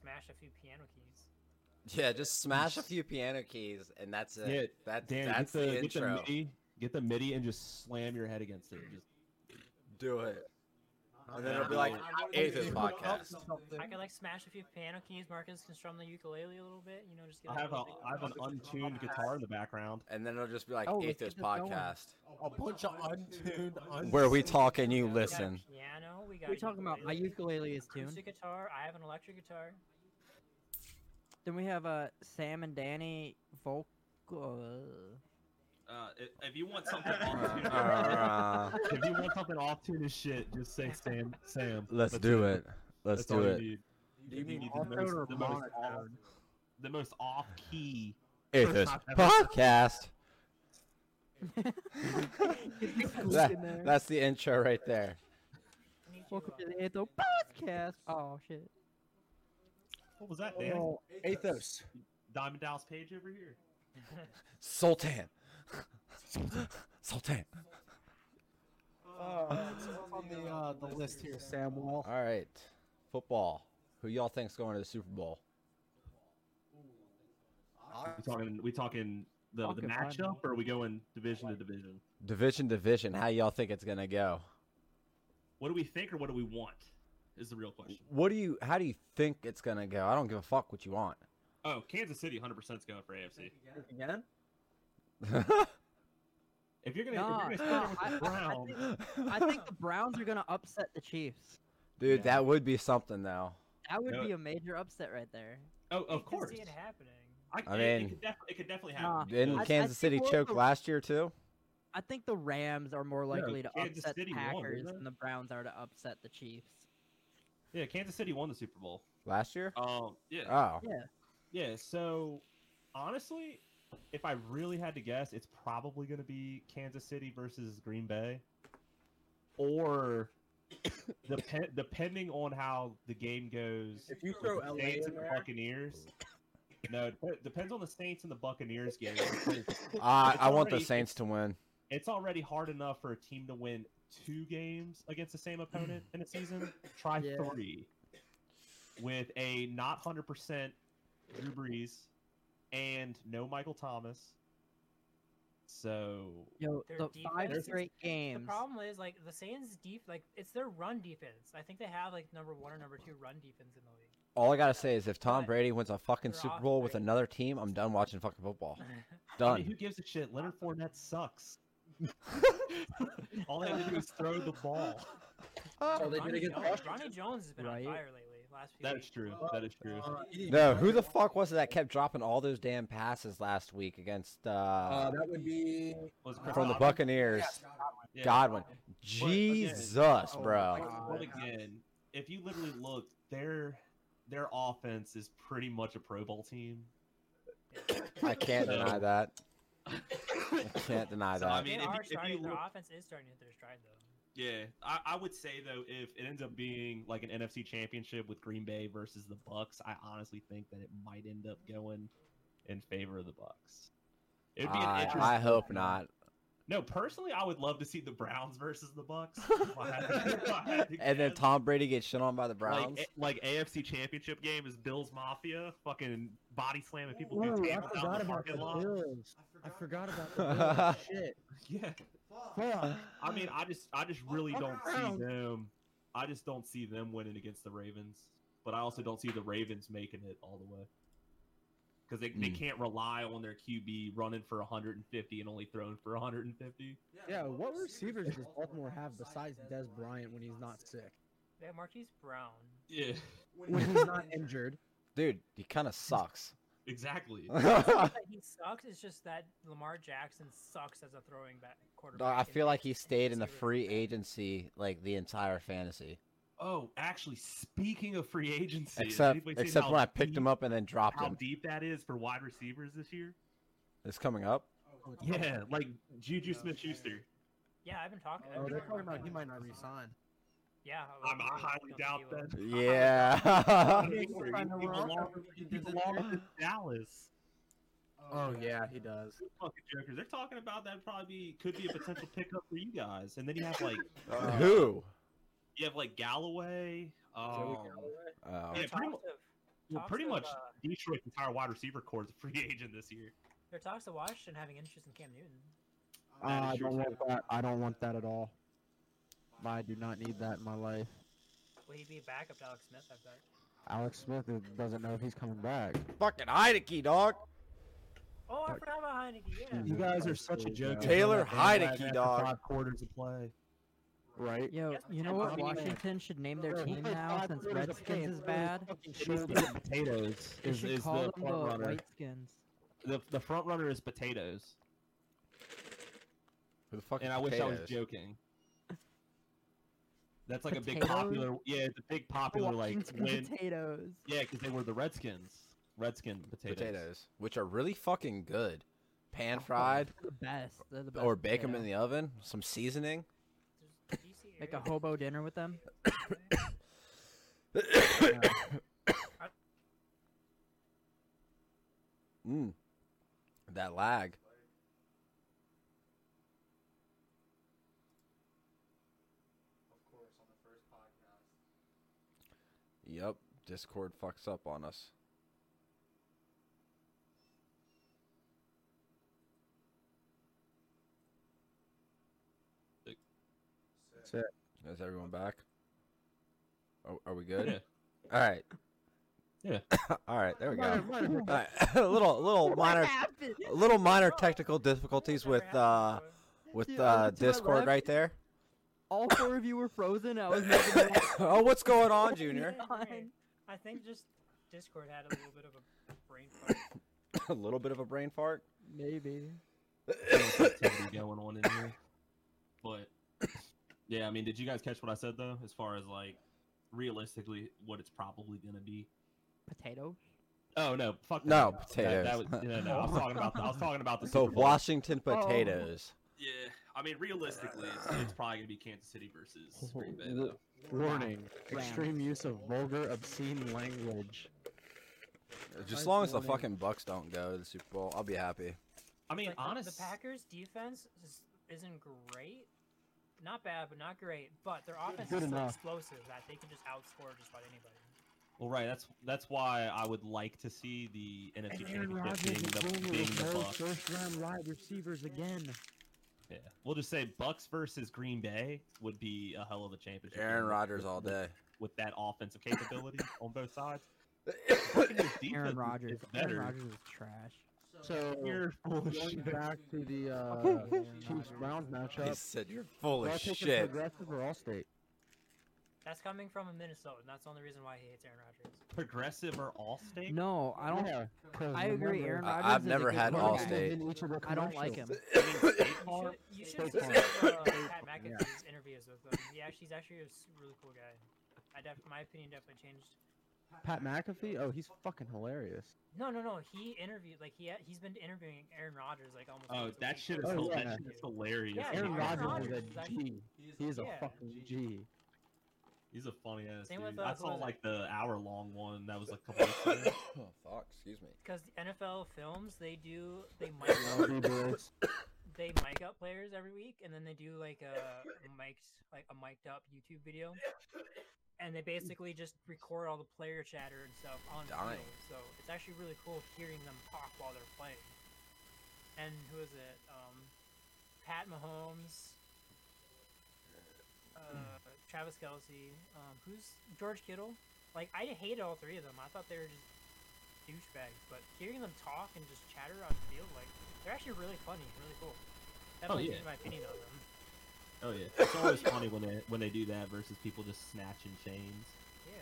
smash a few piano keys. Yeah, just smash a few piano keys and that's it. Yeah, that's Dan, that's get the, the get the intro. MIDI, get the MIDI, and just slam your head against it. Just Do it. And then Yeah. it'll be like eighth is podcast. I could like smash a few piano keys. Marcus can strum the ukulele a little bit. You know, just get. I like, have a little I have an untuned guitar in the background. And then it'll just be like Oh, let's eighth is get this going. podcast. A bunch of untuned, un- Where we talk and bit. you We got a listen. Piano. We got. We're a talking about my ukulele, ukulele is tuned. acoustic guitar. I have an electric guitar. Then we have uh, Sam and Danny vocal. Uh, if, if you want something Uh, if you want something off tune as shit, just say Sam. Sam. Let's That's do it. Let's That's all do you it. need. You You mean need the Auto most- or the most off- monotone? the most off key. eighth is podcast. That- that's the intro right there. I need to, Welcome uh, to the Anthro podcast. Oh shit! What was that, Dan? Oh, Athos. Diamond Dallas Page over here. Sultan. Sultan. Uh, it's on the, uh, the list here, Sam Wall. All right. Football. Who y'all think's going to the Super Bowl? We talking we talking the, the Fucking fine. matchup, or are we going division to division? Division, division. How y'all think it's going to go? What do we think, or what do we want? Is the real question. What do you? How do you think it's going to go? I don't give a fuck what you want. Oh, Kansas City, hundred percent is going for AFC. Again? If you're gonna, Nah, if you're gonna start nah, with the Browns, I think the Browns are gonna upset the Chiefs. Dude, Yeah. that would be something though. That would No. be a major upset right there. oh, of I can course, See it happening. I, I it- mean- it, could def- it could definitely Nah. happen. Didn't I- I Kansas think City we're choke the- last year too? I think the Rams are more likely to Kansas upset City the won, Packers didn't than the Browns are to upset the Chiefs. yeah, Kansas City won the Super Bowl. Last year? Um, yeah, Oh, Yeah. yeah. So honestly, if I really had to guess, it's probably gonna be Kansas City versus Green Bay, or dep- depending on how the game goes. If you throw the LA Saints in and the there, Buccaneers. No, it dep- depends on the Saints and the Buccaneers game. It's- I, It's I want the already- Saints to win. It's already hard enough for a team to win two games against the same opponent in a season. Try Yeah. three with a not hundred percent Drew Brees and no Michael Thomas. So Yo, Their the defense five is- straight The games. problem is like the Saints' deep, like it's their run defense. I think they have like number one or number two run defense in the league. All I gotta say is if Tom But Brady wins a fucking they're Super off Bowl with right. another team, I'm done watching fucking football. I mean, Done. who gives a shit? Leonard Fournette sucks. All they have to do is throw the ball. so they did Ronnie, against the Jones, Washington. Ronnie Jones has been Right. on fire lately. Last few That weeks. is true. That is true. Uh, eating- No, who the fuck was it that kept dropping all those damn passes last week against uh, Uh, that would be. Was Chris from the Godwin- Buccaneers? Yeah. Godwin. But again- Jesus, Oh, bro. my God. But again, if you literally look, their their offense is pretty much a Pro Bowl team. I can't So- deny that. I can't deny So, I that. They mean, if you- are if starting. you their look- offense is starting to hit their stride though. Yeah, I, I would say though, if it ends up being like an NFC Championship with Green Bay versus the Bucks, I honestly think that it might end up going in favor of the Bucks. It would be an I, interesting. I hope not. No, personally, I would love to see the Browns versus the Bucks. If I had to- if I had to And then guess. Tom Brady gets shit on by the Browns. Like, like AFC Championship game is Bills Mafia, fucking body slamming people Ooh, through I tables out forgot in the about parking the lot. Bills. I forgot about the Bills. Shit. Yeah, Fuck. I mean, I just, I just really don't see Browns. them. I just don't see them winning against the Ravens, but I also don't see the Ravens making it all the way because they, they Hmm. can't rely on their QB running for 150 and only throwing for 150. Yeah, what receivers does Baltimore have besides Des Bryant when he's not sick? They have Marquise Brown. Yeah, When he's not injured? Dude, he kind of sucks. exactly. I Not that he sucks. It's just that Lamar Jackson sucks as a throwing back quarterback. feel like he stayed in the Receiver. free agency like the entire fantasy, Oh, actually, speaking of free agency, has except anybody seen except how when I picked deep- him up and then dropped how him. deep that is for wide receivers this year. It's coming up. Yeah, like Juju Smith Schuster. Yeah, I've been talking. I've Oh, been they're talking talking about he might not resign. Yeah, I, I'm, I highly doubt that. Yeah. He People find the rock. belongs he belongs to Dallas. Oh yeah, he does. Fucking jokers. They're talking about that probably could be a potential pickup for you guys. And then you have like Who? you have like Galloway. Um, Joey Galloway? Oh. Yeah, They're pretty talked of, Well, talks pretty of, much uh, Detroit's entire wide receiver core is a free agent this year. there are talks of Washington having interest in Cam Newton. Uh, I don't want that. I don't want that at all. I do not need that in my life. Will he be a backup to Alex Smith? I bet. Alex Smith doesn't know if he's coming back. Fucking Heineke, dog. Oh, I Fuck. forgot about Heineke. Yeah. You guys are such a joke. Yeah. Taylor Heineke, After dog. Five quarters of play. Right? Yo, Yes, you know and what Bobby Knight. Washington should name their Bro, he team played now five since quarters of play Redskins is and threw his bad? fucking It is shoulder. the potatoes. They Is, should is call the them the front runner. Whiteskins. The, the front runner is potatoes, Who the fuck? and is I wish I was potatoes? joking. That's like a big Potatoes? popular. Yeah, it's a big popular like Washington win. potatoes. Yeah, because they were the Redskins. Redskin potatoes. Potatoes. which are really fucking good, pan fried They're the best. They're the best or bake them in potato. the oven, some seasoning. There's DC Make a area. hobo dinner with them. Mm. That lag. Yep, Discord fucks up on us. That's it. Is everyone back? Are, are we Yeah. good? All right. Yeah. All right. There we go. Might have- might have- All right. little little minor happened? little minor technical difficulties Never with happened uh before. with Dude, uh over to my Discord left. right there. All four of you were frozen. I was making it oh, what's going on, Junior? on. I think just Discord had a little bit of a brain fart. a little bit of a brain fart. Maybe. activity going on in here. But yeah, I mean, did you guys catch what I said though? As far as like realistically, what it's probably gonna be. Potato. Oh no, fuck that. No, That, potatoes. that was, no, no, I was talking about. The, I was talking about the so Super Bowl. Washington Oh. potatoes. Yeah, I mean, realistically, it's, it's probably gonna be Kansas City versus Green Bay. The- though. Warning: Rams. extreme use of vulgar, obscene language. Just Nice as long as the warning. fucking Bucks don't go to the Super Bowl, I'll be happy. I mean, Like, the- honest. the Packers defense is, isn't great. Not bad, but not great. But their offense Good is so enough. explosive that they can just outscore just about anybody. Well, right. That's that's why I would like to see the NFC Championship being the, being the Bucks. round wide receivers again. Yeah, we'll just say Bucks versus Green Bay would be a hell of a championship. game Aaron with- Rodgers with- all day. with that offensive capability on both sides. Aaron Rodgers. Aaron Rodgers is trash. So You're full of going shit. back to the uh, Woo, woo. Chiefs Browns He matchup. said you're full do I of take a shit. Progressive or Allstate? That's coming from a Minnesota, and that's the only reason why he hates Aaron Rodgers. Progressive or Allstate? No, I don't. Yeah, 'cause I agree. remember- Aaron I- Rodgers. I've is a never good had quarterback. Allstate. I don't like him. I mean, State You Farm- should- You should State see Farm. uh, State Pat Farm, yeah. McAfee's interviews with him. He actually, he's actually a s- really cool guy. I def- my opinion definitely changed. Pat McAfee. Oh, he's fucking hilarious. No, no, no. He interviewed like he ha- he's been interviewing Aaron Rodgers like almost. Oh, once a that week shit is, for Oh, his hil- yeah. that shit is hilarious. Yeah, Aaron Aaron Rodgers Rodgers is a is actually- G. He is a yeah. fucking G. He's a funny ass Same dude. with, uh, I who saw was it? like the hour long one that was a couple weeks ago. Oh, fuck, excuse me. because the NFL films they do they mic up, Love you, boys. they mic up players every week and then they do like a mic'd like a mic'd up YouTube video, and they basically just record all the player chatter and stuff on the Dying. field. So it's actually really cool hearing them talk while they're playing. And who is it? Um, Pat Mahomes. Uh, Travis Kelsey, um, who's George Kittle? Like I hated all three of them. I thought they were just douchebags, but hearing them talk and just chatter on the field, like they're actually really funny, and really cool. Definitely Oh, yeah. changed my opinion on them. Oh yeah, it's always funny when they when they do that versus people just snatching chains. Yeah,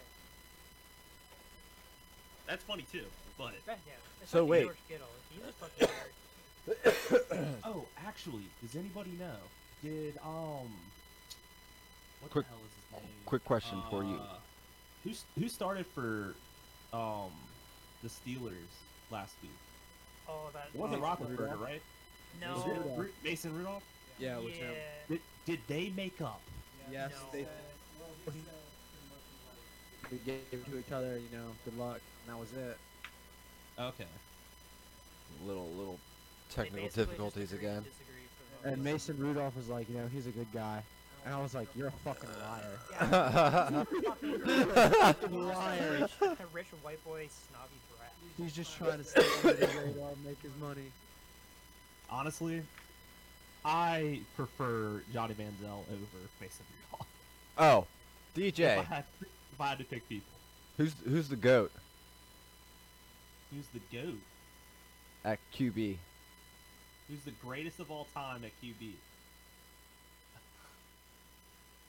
That's funny too. But but yeah. So especially wait. George Kittle, he's a fucking nerd. oh, actually, does anybody know? Did um, what Quick- the hell is his name? Quick question for you. Uh, Who's who started for um the Steelers last week? Oh, that It wasn't oh, Roethlisberger, right? No. Was it Ru- Mason Rudolph. Yeah. Yeah, it was him. Did, did they make up? Yes, No. they we gave it to each other. You know, good luck, and that was it. Okay. Little little They technical basically just difficulties agree to again. disagree for the most And part. Mason Rudolph was like, you know, he's a good guy. And I was like, you're a fucking liar. Yeah, fucking liar. rich, a rich white boy snobby brat. He's just trying to stay under the radar and make his money. Honestly, I prefer Johnny Manziel over Mason Rudolph. Oh, If I, DJ, had, if I had to pick people, who's who's the goat who's the goat? at QB? Who's the greatest of all time at QB?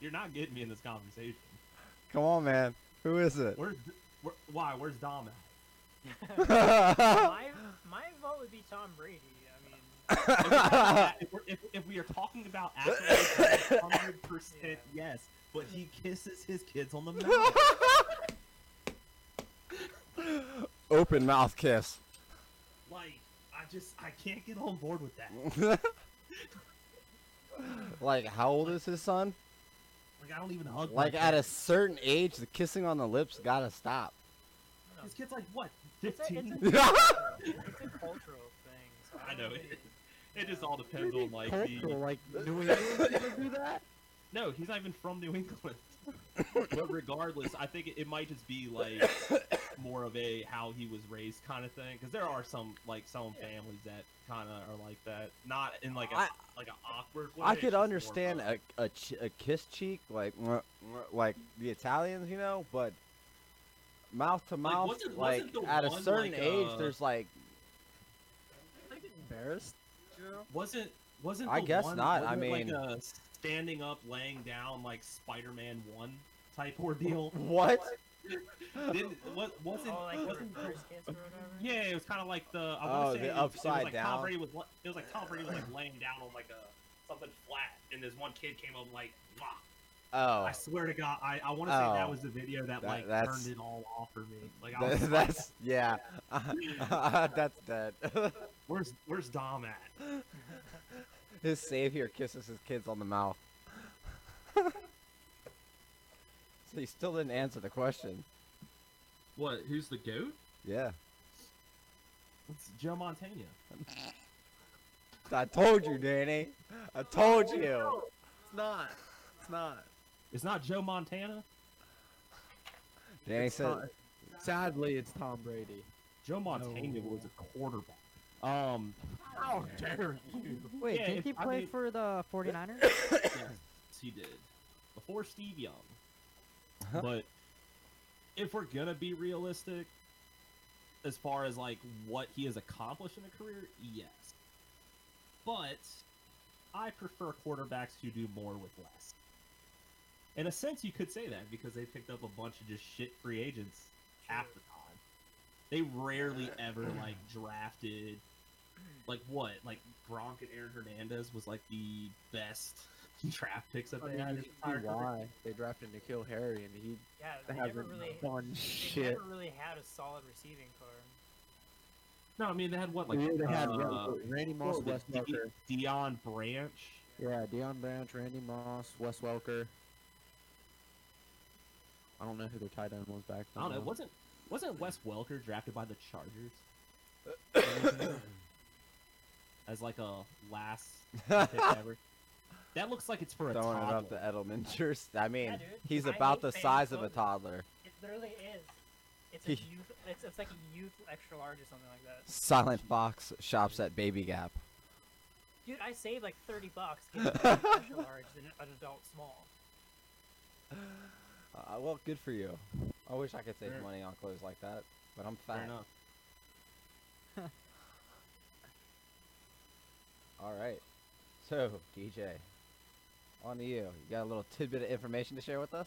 You're not getting me in this conversation. Come on, man. Who is it? Where's D- where, why? Where's Dom at? my my vote would be Tom Brady. I mean, If, we're talking about- if, we're- if, if we are talking about accolades, hundred percent yes. But he kisses his kids on the mouth. Open mouth kiss. Like I just I can't get on board with that. like, how old is his son? Like I don't even hug. Oh my Like, at a kids. certain age, the kissing on the lips gotta stop. his kids like what it's a, it's fifteen. a, cultural- it's a cultural thing. So I know don't it. think It just all depends on like Cultural, the. like New England people do that. No, he's not even from New England. but regardless, I think it, it might just be like more of a how he was raised kind of thing. Because there are some like some families that kind of are like that, not in like a I- like an awkward way. I it's could just more of understand a- a a, ch- a kiss cheek like mwah, mwah, like the Italians, you know, but mouth to mouth, wasn't- like wasn't the at a one, certain like, age, uh, there's like embarrassed. You know? Wasn't wasn't I the guess one- not, I wasn't it mean- like a standing up, laying down like Spider-Man One type ordeal. what? Didn't what wasn't so. Oh, like the wasn't uh, reverse kiss or whatever. Yeah, it was kind of like the. I Oh, wanna say the it was- upside it was like down. Tom Brady was, la- it was like Tom Brady was like laying down on like a something flat, and this one kid came up like, "Mwah." Oh, I swear to God, I, I want to say that Oh. was the video that, That- like that's- turned it all off for me. Like, I that, was like, that's yeah, that's dead. where's where's Dom at? his savior kisses his kids on the mouth. so you still didn't answer the question. what? Who's the goat? Yeah, It's Joe Montana. I told you, Danny. I told you. It's not. It's not. It's not Joe Montana. Danny It's said, not- Sadly, it's Tom Brady. Joe Montana was a quarterback. Um, how dare you? Wait, Yeah, did if- he I play mean- for the 49ers? Yes, he did. before Steve Young. But if we're gonna be realistic, as far as like what he has accomplished in a career, yes. But I prefer quarterbacks who do more with less. In a sense, you could say that because they picked up a bunch of just shit free agents half the time. They rarely ever like drafted like what like Gronk and Aaron Hernandez was like the best draft picks that I they mean, had. you in can their see entire career. why they drafted Nikhil Harry, and he yeah. They never hasn't really, they done shit. never really had a solid receiving core. No, I mean they had what like Like, yeah, they had uh, Randy, Randy what Moss, was Wes it, De- Welker. Deion Branch. Yeah, Deion Branch, Randy Moss, Wes Welker. I don't know who their tight end was back I then. don't know. though. Wasn't wasn't Wes Welker drafted by the Chargers as like a last pick ever? That looks like it's for a throwing it toddler. up to Edelman. Just, I mean, dude. he's I about hate the fans size of a voting. toddler. It literally is. It's a He- youth. It's, it's like a youth extra large or something like that. Silent Fox shops at Baby Gap. Dude, I saved like thirty bucks getting an extra large than an adult small. Uh, well, good for you. I wish I could save Fair- money on clothes like that, but I'm Fair fat. enough. All right. So, DJ, on to you. You got a little tidbit of information to share with us?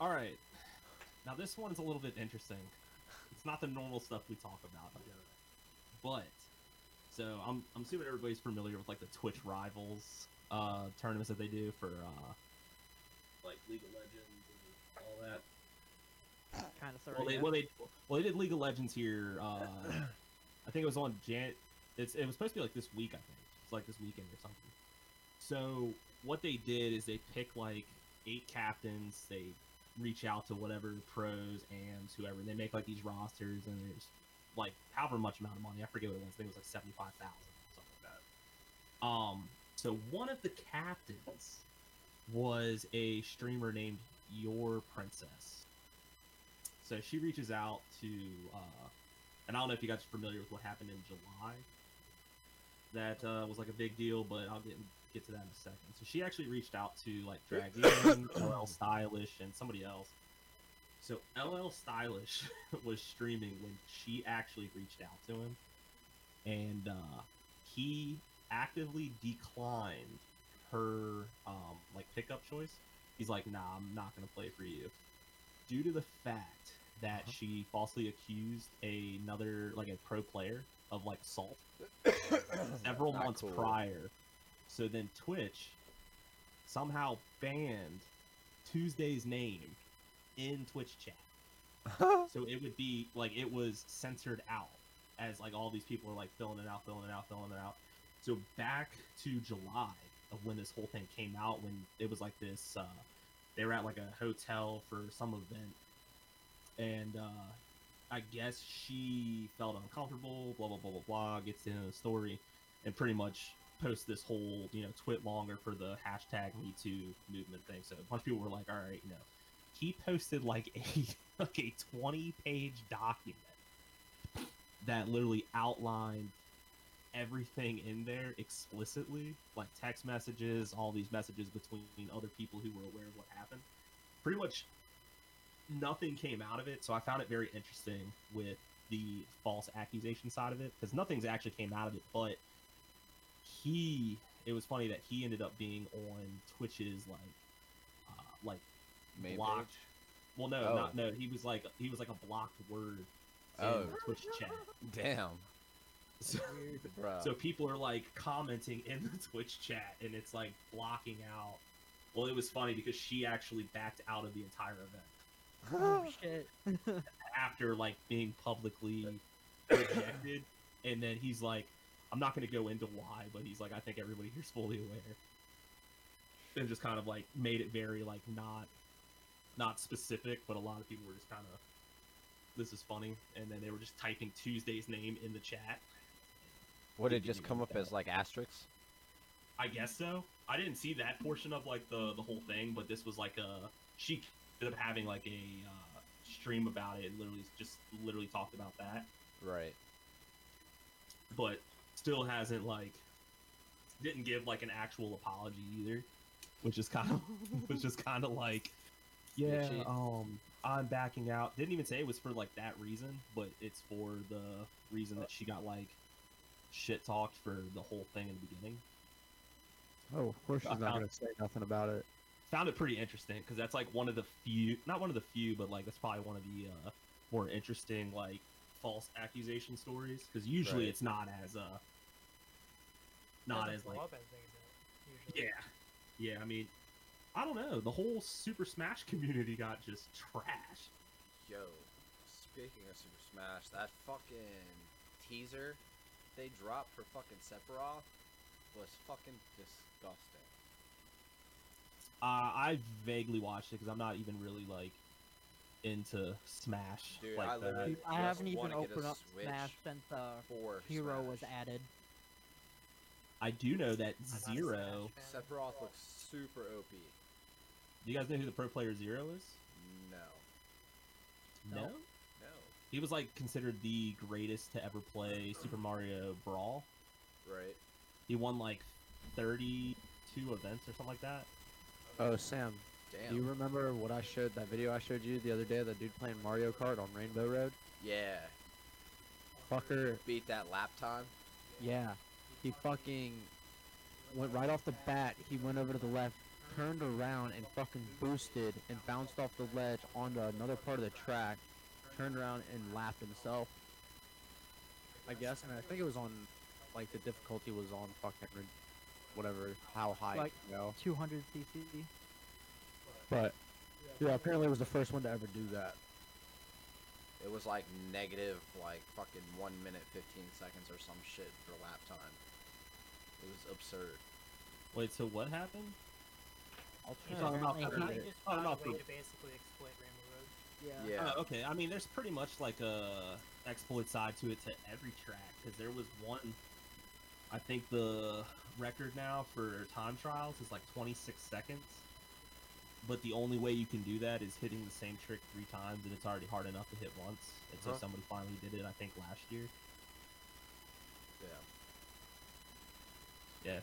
All right. Now this one is a little bit interesting. It's not the normal stuff we talk about, but so I'm I'm assuming everybody's familiar with like the Twitch rivals uh, tournaments that they do for uh, like League of Legends and all that. kind of sorry. Well, they, yeah. well, they well they did League of Legends here. Uh, I think it was on Jan. It's it was supposed to be like this week. I think it's like this weekend or something. So what they did is they picked like eight captains. They reach out to whatever pros and whoever. They make like these rosters and there's like however much amount of money. I forget what it was. I think it was like seventy five thousand something like that. Um. So one of the captains was a streamer named Your Princess. So she reaches out to, uh, and I don't know if you guys are familiar with what happened in July. That uh, was like a big deal, but I'll get get to that in a second. So she actually reached out to like Dragon, LL Stylish, and somebody else. So LL Stylish was streaming when she actually reached out to him, and uh, he actively declined her um, like pickup choice. He's like, "Nah, I'm not gonna play for you," due to the fact that Uh-huh. she falsely accused another like a pro player of like assault several Not months cool. prior. So then Twitch somehow banned Tuesday's name in Twitch chat. So it would be like it was censored out as like all these people are like filling it out, filling it out, filling it out. So back to July of when this whole thing came out, when it was like this, uh, they were at like a hotel for some event, and uh, I guess she felt uncomfortable. Blah blah blah blah blah. Gets to the end of the story, and pretty much posts this whole you know twit longer for the hashtag Me Too movement thing. So a bunch of people were like, all right, you know, he posted like a like a twenty page document that literally outlined everything in there explicitly, like text messages, all these messages between other people who were aware of what happened. Pretty much nothing came out of it, so I found it very interesting with the false accusation side of it because nothing's actually came out of it, but he it was funny that he ended up being on Twitch's like uh, like Main blocked. page? Well, no, Oh. not no. He was like he was like a blocked word in Oh. Twitch chat. Damn, So, bro. so people are like commenting in the Twitch chat, and it's like blocking out. Well, it was funny because she actually backed out of the entire event Oh shit. after like being publicly rejected, and then he's like, "I'm not going to go into why," but he's like, "I think everybody here's fully aware," and just kind of like made it very like not not specific, but a lot of people were just kind of this is funny, and then they were just typing Tuesday's name in the chat. Would you it could just do come with up as that. like asterisks? I guess so. I didn't see that portion of like the the whole thing, but this was like a she ended up having like a uh, stream about it. and Literally, just literally talked about that, Right. but still hasn't like didn't give like an actual apology either, which is kind of which is kind of like yeah, she- um, I'm backing out. Didn't even say it was for like that reason, but it's for the reason that she got like shit talked for the whole thing in the beginning. Oh, of course she's not Uh-huh. gonna say nothing about it. found it pretty interesting because that's like one of the few not one of the few but like that's probably one of the uh, more interesting like false accusation stories because usually Right. it's not as uh not Doesn't as blow like up as big as it, yeah usually. yeah i mean i don't know the whole super smash community got just trashed Yo, speaking of Super Smash, that fucking teaser they dropped for fucking Sephiroth was fucking disgusting. uh, i vaguely watched it because i'm not even really like into smash Dude, like I that. literally I just haven't even wanna get a opened up Switch Smash since uh, for Hero was Smash. added. i do know I'm that not a zero Smash fan. Sephiroth looks super OP. do you guys know who the pro player zero is No, No. no, he was like considered the greatest to ever play Super Mario Brawl. right? He won like 32 events or something like that. Oh, Sam, Damn. do you remember what I showed that video I showed you the other day? That dude playing Mario Kart on Rainbow Road. yeah, Fucker, beat that lap time. yeah, he fucking went right off the bat. He went over to the left, turned around, and fucking boosted and bounced off the ledge onto another part of the track. Turned around and lapped himself. I guess, and I think it was on, like the difficulty was on fucking, re- whatever, how high, Like- you know. 200 CC. But yeah, apparently it was the first one to ever do that. It was like negative, like fucking one minute fifteen seconds or some shit for lap time. It was absurd. Wait, so what happened? I'll Yeah, try. Talking about apparently Fortnite. they just Oh, found a not way Fortnite. to basically exploit Rainbow Road. Yeah. Oh, okay. I mean, there's pretty much like a exploit side to it to every track because there was one. I think the record now for time trials is like 26 seconds. but the only way you can do that is hitting the same trick three times, and it's already hard enough to hit once. And so Uh-huh. somebody finally did it, I think, last year. Yeah. Yeah,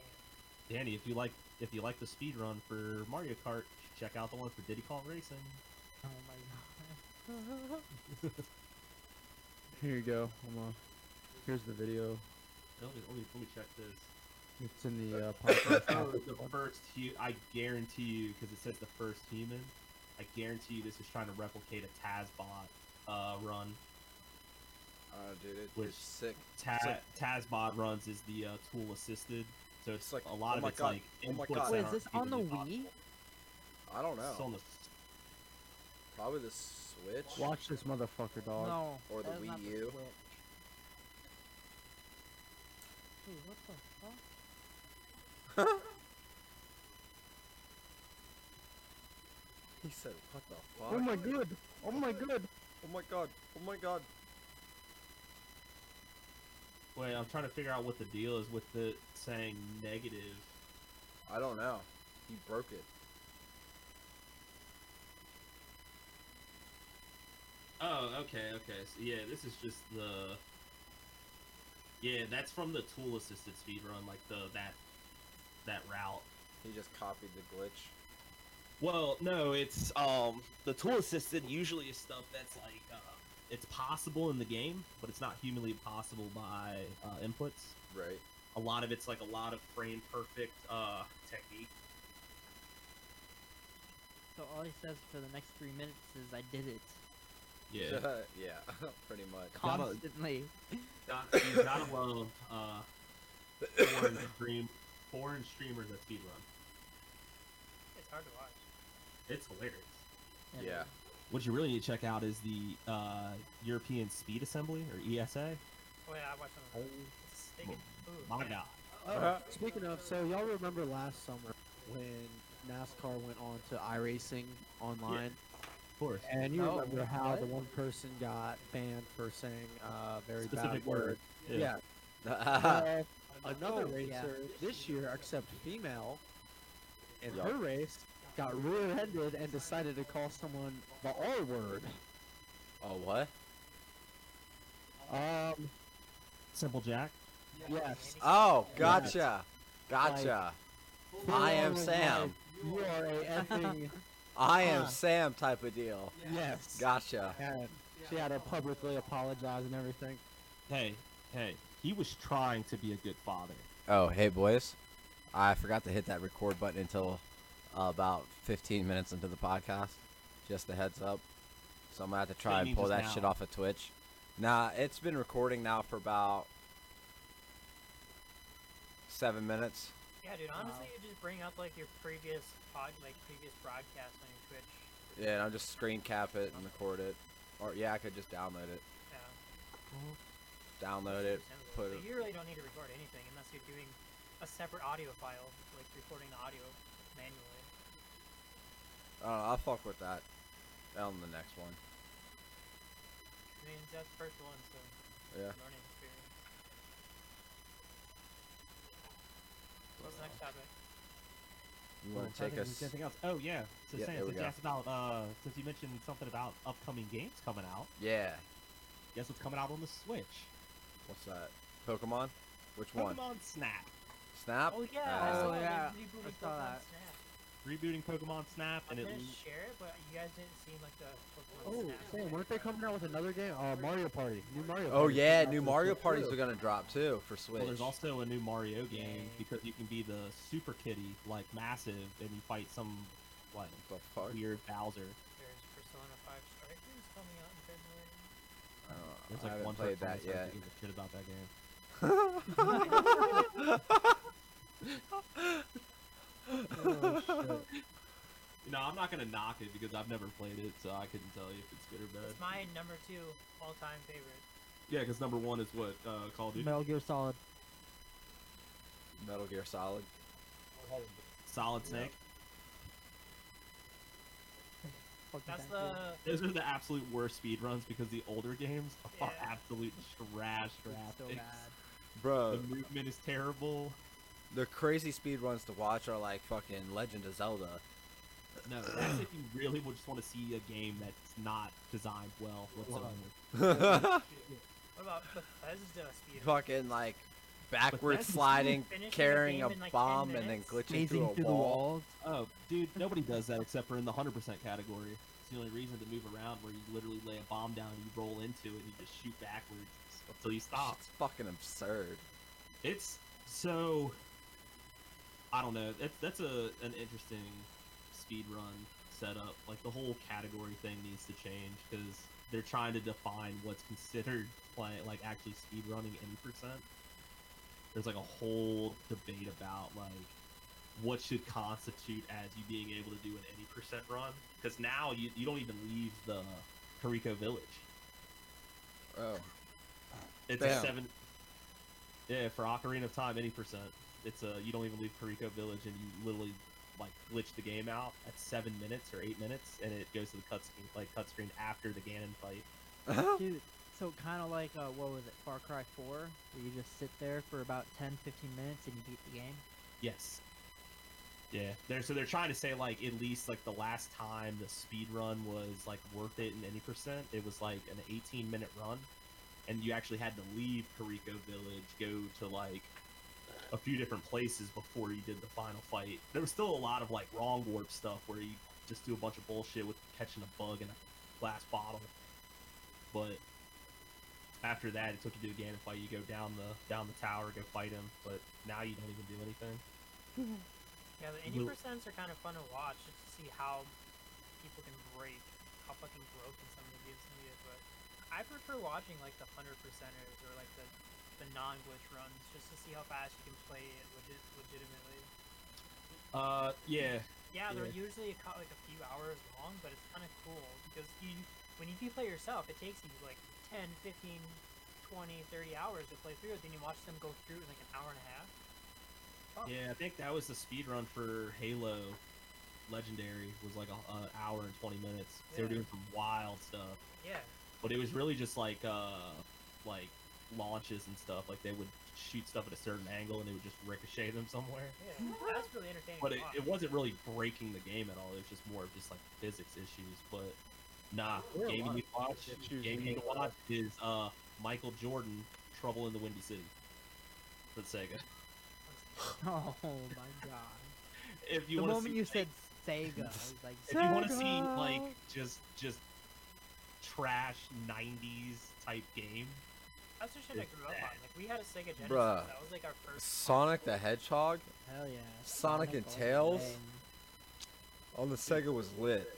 Danny, if you like if you like the speed run for Mario Kart, check out the one for Diddy Kong Racing. Oh my god. Here you go. I'm, uh, here's the video. Let me, let me, let me check this. It's in the uh, podcast. the first hu- I guarantee you, because it says the first human, I guarantee you this is trying to replicate a Tazbot uh, run. Oh, dude, it, Which- it's sick. Ta- It's like- Tazbot runs is the uh, tool assisted, so it's, It's like- a lot oh of my it's God, like oh my inputs God. that Wait, Wait, is aren't this on the humanly Wii? I don't possible. It's know. on the Probably the Switch Watch this motherfucker, dog. No. or the that is not Wii the U. Switch. Dude, what the fuck? He said, "What the fuck?" Oh my god! Oh my god! Oh my god! Oh my god! Wait, I'm trying to figure out what the deal is with the saying negative. I don't know. He broke it. Oh, okay, okay. So yeah, this is just the. Yeah, that's from the tool assisted speedrun, like the that that route. He just copied the glitch. Well, no, it's um the tool assisted usually is stuff that's like uh, it's possible in the game, but it's not humanly possible by uh, inputs. Right. A lot of it's like a lot of frame perfect uh technique. So all he says for the next three minutes is, "I did it yeah. Pretty much. Gotta- constantly." Got, you gotta love uh foreign stream foreign streamers that speedrun. It's hard to watch. It's hilarious. And Yeah. What you really need to check out is the uh, European Speed Assembly or E ESA. Oh yeah, I watched some of that. It's stinking food. My man. God. Uh-huh. Uh, Speaking of, so y'all remember last summer when NASCAR went on to iRacing online, Of course. and you Oh, remember how the what? one person got banned for saying uh, very Specific bad word? word. Yeah. Well, Uh-huh. another Oh, racer yeah. this year, except female, in Yeah. her race, got rear-ended and decided to call someone the R word. Oh what? Um, Simple Jack. yes. Oh, gotcha. gotcha. Gotcha. Gotcha. I am Oh, Sam. my- You are a effing I am am Huh. Sam type of deal. yes. Gotcha. And she had to publicly apologize and everything. Hey, hey. He was trying to be a good father. Oh, hey boys. I forgot to hit that record button until uh, about 15 minutes into the podcast. Just a heads up. So I'm gonna have to So you try and mean pull just that shit now? off of Twitch. Nah, it's been recording now for about seven minutes. Yeah, dude. Honestly, you just bring up like your previous pod, like previous broadcast on your Twitch. Yeah, and I'll just screen cap it and record it. Or yeah, I could just download it. Yeah. Download it. So Put it. you really don't need to record anything unless you're doing a separate audio file, like recording the audio manually. I don't know, Oh, I'll fuck with that. On the next one. I mean, that's the first one, so Yeah. learning experience. What's the next topic? You want Well, I'm to trying take to us? think of anything else? Oh yeah. So Yeah, Sam, there we since you go. asked about uh, since you mentioned something about upcoming games coming out, Yeah. guess what's coming out on the Switch? What's that? Pokemon? Which one? Pokemon Snap. Snap? Oh yeah, I Uh, saw Oh, yeah, that. They rebooted I saw Pokemon that. Snap. Rebooting Pokemon Snap, I'm and it gonna share it, but you guys didn't seem like the Pokemon Oh, Snap. Sam, weren't they coming out with another game? Uh, Mario Party. New Mario Oh Party. yeah, came out new for the Mario Switch parties too. are gonna drop too for Switch. Well, there's also a new Mario game Yay. because you can be the Super Kitty, like massive, and you fight some like the fuck? weird Bowser. There's Persona 5 Strikers coming out in February. I, don't know, There's I like haven't one played person that that yet. gives a shit about that game. No, I'm not gonna knock it because I've never played it, so I couldn't tell you if it's good or bad. It's my number two all-time favorite. Yeah, because number one is what uh, Call of Duty. Metal Gear Solid. Metal Gear Solid. Solid Snake. Fucking That's thank you. the Those are the absolute worst speedruns because the older games are Yeah. absolute trash It's so graphics. bad. the Bro, movement is terrible. the crazy speed runs to watch are like fucking Legend of Zelda. No, that's if you really would just want to see a game that's not designed well whatsoever. What about Bethesda speed? fucking like backward Bethesda sliding, finishing the carrying a game in, like, 10 bomb, and then minutes? glitching Amazing through a through the wall. walls. Oh, dude, nobody does that except for in the 100% category. It's the only reason to move around where you literally lay a bomb down, you roll into it, and you just shoot backwards until you stop. It's fucking absurd. It's so. I don't know. That, that's a an interesting speed run setup. Like the whole category thing needs to change because they're trying to define what's considered play, like actually speed running any percent. There's like a whole debate about like what should constitute as you being able to do an any percent run because now you, you don't even leave the Kariko village. Oh, It's a Damn. seven. Yeah, for Ocarina of Time, any percent. It's a you don't even leave Perico Village and you literally like glitch the game out at seven minutes or eight minutes, and it goes to the cutscene like cutscene after the Ganon fight. Dude, so kind of like, uh, what was it, Far Cry 4, where you just sit there for about 10, 15 minutes and you beat the game? Yes. Yeah, they're so they're trying to say like at least like the last time the speed run was like worth it in any percent, it was like an 18 minute run, and you actually had to leave Perico Village, go to like a few different places before you did the final fight. There was still a lot of like wrong warp stuff where you just do a bunch of bullshit with catching a bug in a glass bottle, but after that it took you to a Ganon fight. You go down the down the tower, go fight him, but now you don't even do anything. Yeah, the any Will- percents are kind of fun to watch just to see how people can break, how fucking broken some of the games can be. But I prefer watching like the hundred percenters or like the the non-glitch runs just to see how fast you can play it legit, legitimately. Uh, yeah, Yeah, they're Yeah. usually a, cou- like a few hours long, but it's kind of cool because you when you do play yourself, it takes you like 10, 15, 20, 30 hours to play through it. Then you watch them go through it in like an hour and a half. Oh. yeah. I think that was the speed run for Halo Legendary was like a- an hour and twenty minutes. They were Yeah. doing some wild stuff, Yeah, but it was really just like uh, like launches and stuff. Like they would shoot stuff at a certain angle and it would just ricochet them somewhere. yeah, that's really entertaining. But to it, watch. it wasn't really breaking the game at all. It was just more of just like physics issues. But nah, There were a game you lot need to watch, issues in game you need to Halo. watch is uh Michael Jordan Trouble in the Windy City for Sega. Oh my god. If you the want to moment see you like, said Sega, I was like, if you want to see "Sega!" like just just trash '90s type game, That's the shit I It's grew up on. bad. Like we had a Sega Genesis. Bruh. That was like our first. Sonic the Hedgehog Hell yeah. Sonic and all the Tails? way. on Oh, the Sega was lit.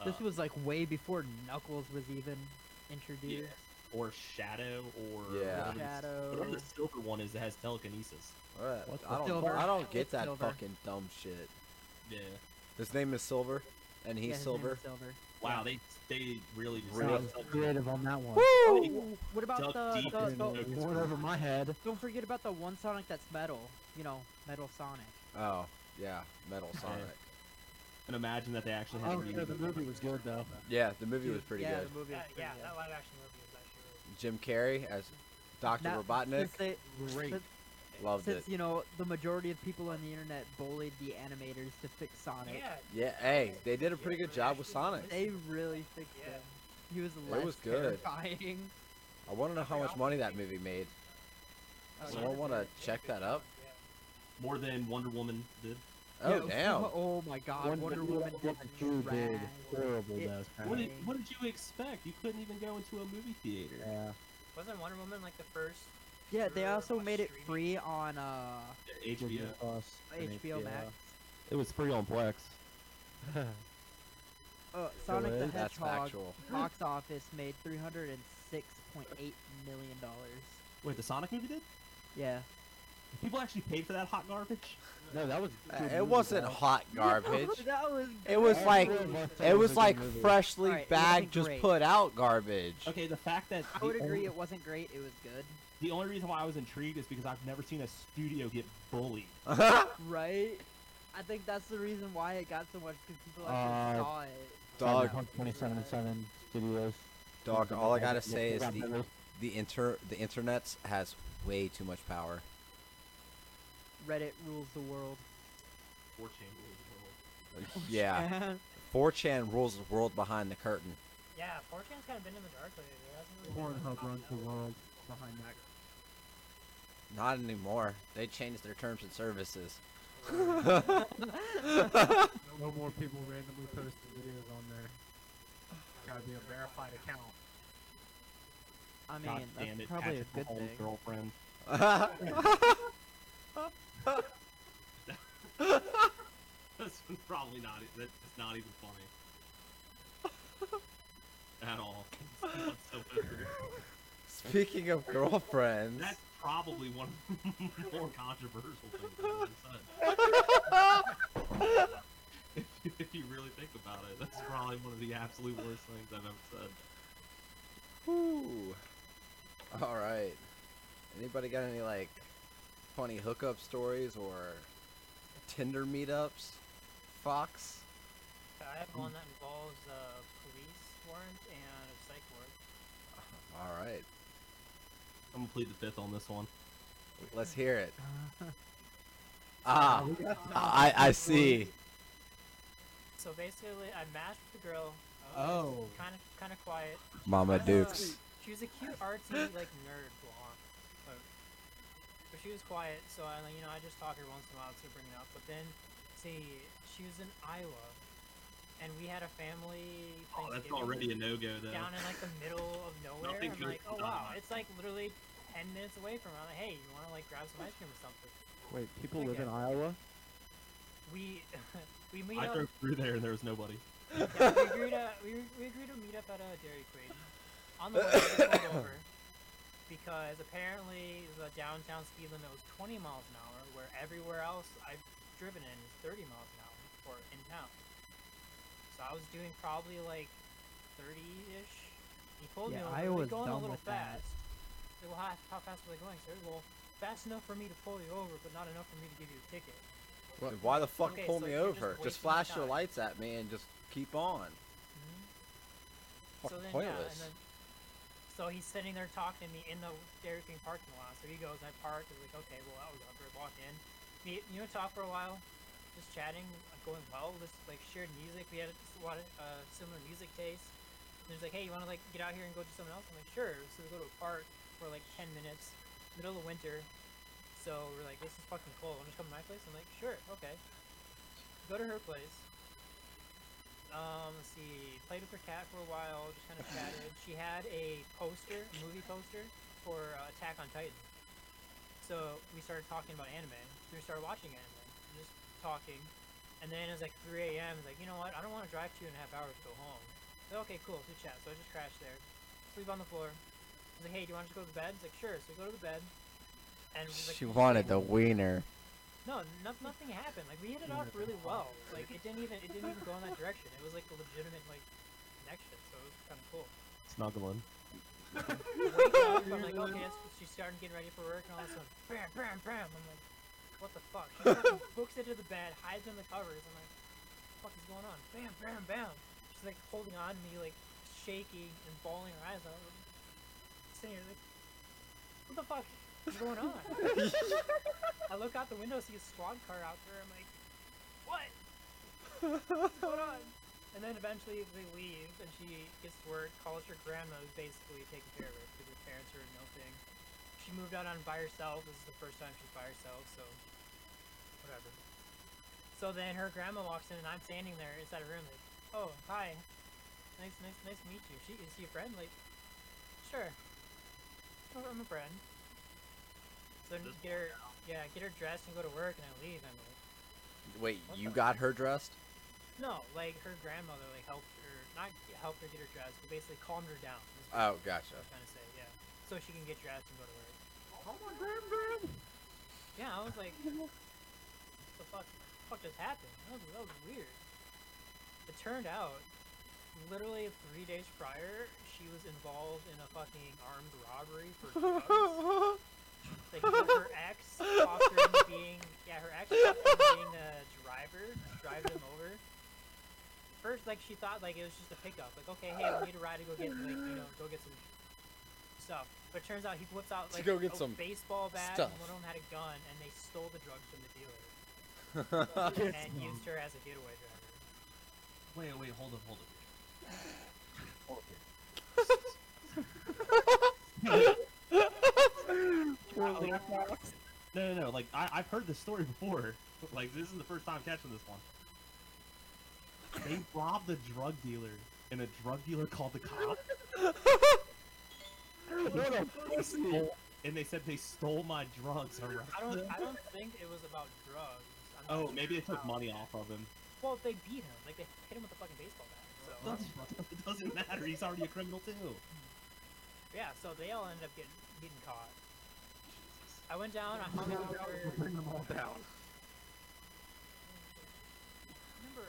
uh, This was like way before Knuckles was even introduced. or Shadow, or Yeah. whatever the- whatever Shadow. the silver one is that has telekinesis. All right, What's I the don't, silver? I don't What's get that silver? fucking dumb shit. Yeah. His name is Silver, and he's Yeah, his name silver. was Silver. Wow, they they really just Really? dug- Sounds Creative on that one. Oh, what about dug the, deep the, into the- the Going over my head. Don't forget about the one Sonic that's metal. You know, Metal Sonic. Oh, yeah, Metal Sonic. and imagine that they actually had. Oh, a yeah, remake. the movie was good though. Yeah, the movie was Dude, pretty yeah, good. The movie was Uh, That, pretty yeah, good. that live action movie was actually. Really Jim Carrey as Doctor Now, Robotnik Since, they, Great. since, loved it. since you know the majority of people on the internet bullied the animators to fix Sonic, Yeah, Yeah, hey, they did a pretty good job with Sonic. they really fixed Yeah. him. He was It less was good. terrifying. I want to know how much money that movie made. Uh, Someone want to check that up? more than Wonder Woman did. Oh, yeah, damn. Oh my God, One- Wonder one- Woman one- did two did drag. horrible It- though. What kinda. did, what did you expect? You couldn't even go into a movie theater. Yeah. Wasn't Wonder Woman like the first? Yeah, they Sure, also on made it streaming. free on uh, HBO. Disney Plus and HBO Max. It was free on Plex. Uh, Sonic the is. That's Hedgehog factual. box office made three hundred and six point eight million dollars. Wait, the Sonic movie did? Yeah. People actually paid for that hot garbage? No, that was. a Uh, good It movie, wasn't though. hot garbage. that was. It was great. like- Everyone loved It was a good like movie. freshly Alright, it bagged, wasn't just great. put out garbage. Okay, the fact that I would the, agree. Only, It wasn't great. It was good. the only reason why I was intrigued is because I've never seen a studio get bullied. Right. I think that's the reason why it got so much because people actually Uh, saw it. Dog, Cyberpunk 2077 Studios. dog. All I gotta Yeah, say they is got the better. the inter the internet has way too much power. Reddit rules the world. Fortune. Yeah, Ah. 4chan rules the world behind the curtain. Yeah, 4chan's kind of been in the dark lately. There hasn't really been much Pornhub runs the out. world behind that. Not anymore. They changed their terms and services. No more people randomly posting videos on there. Gotta be a verified account. I mean, God that's damn it, probably Patrick a good Mahomes' thing. girlfriend. That's probably not. e- That's not even funny. At all. whatsoever. Speaking of girlfriends, That's probably one of the more controversial things I've ever said. if, you, if you really think about it, that's probably one of the absolute worst things I've ever said. Whew. all right. Anybody got any like funny hookup stories or Tinder meetups? Fox. I have one that involves a police warrant and a psych warrant. All right, I'm gonna plead the fifth on this one. let's hear it. Ah, I I see. So basically, I matched with the girl. Oh. Kind of, kind of quiet. Mama Kinda- Dukes. She was a cute artsy like nerd blonde. But, but she was quiet, so I like, you know I just talk to her once in a while to bring it up. But then, see, she was in Iowa, and we had a family. Oh, that's Thanksgiving already a no go though. down in like the middle of nowhere. Nothing I'm good like, oh done wow, about it's like literally ten minutes away from. Her. I'm like, hey, you want to like grab some ice cream or something? Wait, people I live in guess. Iowa? We we meet I up. drove through there and there was nobody. Yeah, we agreed to we, we agreed to meet up at a Dairy Queen. On the way, I got pulled over because apparently the downtown speed limit was 20 miles an hour, where everywhere else I've driven in is 30 miles an hour or in town. So I was doing probably like 30-ish. He pulled Yeah, me over. I "You're was going a dumb little with that. fast. I said, Well, how, how fast was I going? Sir, well, fast enough for me to pull you over, but not enough for me to give you a ticket. Dude, Why the fuck Okay, pull so me you're just over? wasting Just, my flash your time. lights at me and just keep on. so Fucking then, Yeah, pointless. and then, so he's sitting there talking to me in the Dairy Queen parking lot. So he goes, I park. I was like, okay, well, that was awkward. Walk in. Me, you know, talk for a while, just chatting, uh, going well. This like shared music. We had a lot of uh, similar music tastes. And he's like, hey, you want to like get out here and go do something else? I'm like, sure. So we go to a park for like 10 minutes, middle of winter. So we're like, this is fucking cold. Want to come to my place? I'm like, sure, okay. Go to her place. Um, let's see. Played with her cat for a while, just kind of chatted. She had a poster, a movie poster for uh, Attack on Titan. So we started talking about anime. We started watching anime, just talking. And then it was like 3 a.m. It's like, you know what? I don't want to drive two and a half hours to go home. So, okay, cool. So we chat. So I just crashed there. Sleep on the floor. I was like, hey, do you want to just go to bed? It's like, sure. So we go to the bed. And we, like, She wanted the. the wiener. No, no, nothing happened. Like we hit it off really well. Like it didn't even it didn't even go in that direction. It was like a legitimate like connection, so it was kind of cool. Snuggling. Wake up, I'm like, okay, it's, she's starting getting ready for work, and all of a sudden, bam, bam, bam. I'm like, what the fuck? She fucking books into the bed, hides in the covers. I'm like, what the fuck is going on? Bam, bam, bam. She's like holding on to me, like shaking and bawling her eyes out. I'm sitting here like, what the fuck is going on? I look out the window, see a squad car out there. I'm like, what? What's going on? And then eventually they leave, and she gets to work, calls her grandma, who's basically taking care of her because her parents are no thing. She moved out on by herself. This is the first time she's by herself, so whatever. So then her grandma walks in, and I'm standing there inside a room, like, oh, hi, nice, nice, nice to meet you. She is she a friend? Like, sure, "Oh, I'm a friend. So then Just get her, yeah, get her dressed and go to work, and I leave. I'm like, Wait, What you the- got her dressed? no, like her grandmother like helped her not g- helped her get her dressed, but basically calmed her down. is what Oh, gotcha. I'm trying to say, yeah. So she can get dressed and go to work. Yeah, I was like, what the fuck? Fuck just happened? That was, that was weird. It turned out, literally three days prior, she was involved in a fucking armed robbery for drugs. Like her her ex talked her into being yeah, her ex talked her into being a driver, driving him over. First, like she thought like it was just a pickup. Like okay, hey, we need a ride to go get like you know go get some stuff. But it turns out he whips out To like go get a some baseball bat stuff. and one of them had a gun and they stole the drugs from the dealer Get and some. used her as a getaway driver. Wait, wait, hold up, hold up. No, no, no. Like I, I've heard this story before. Like this is the first time catching this one. They robbed a drug dealer, and a drug dealer called the cops. What a pussy! and they said they stole my drugs. or- I don't. I don't think it was about drugs. I'm not Oh, sure maybe they took how- money off of him. Well, they beat him. Like they hit him with a fucking baseball bat. So Doesn't, it doesn't matter. He's already a criminal too. yeah. So they all ended up getting getting caught. I went down. I hung out for. Bring them all down. Remember?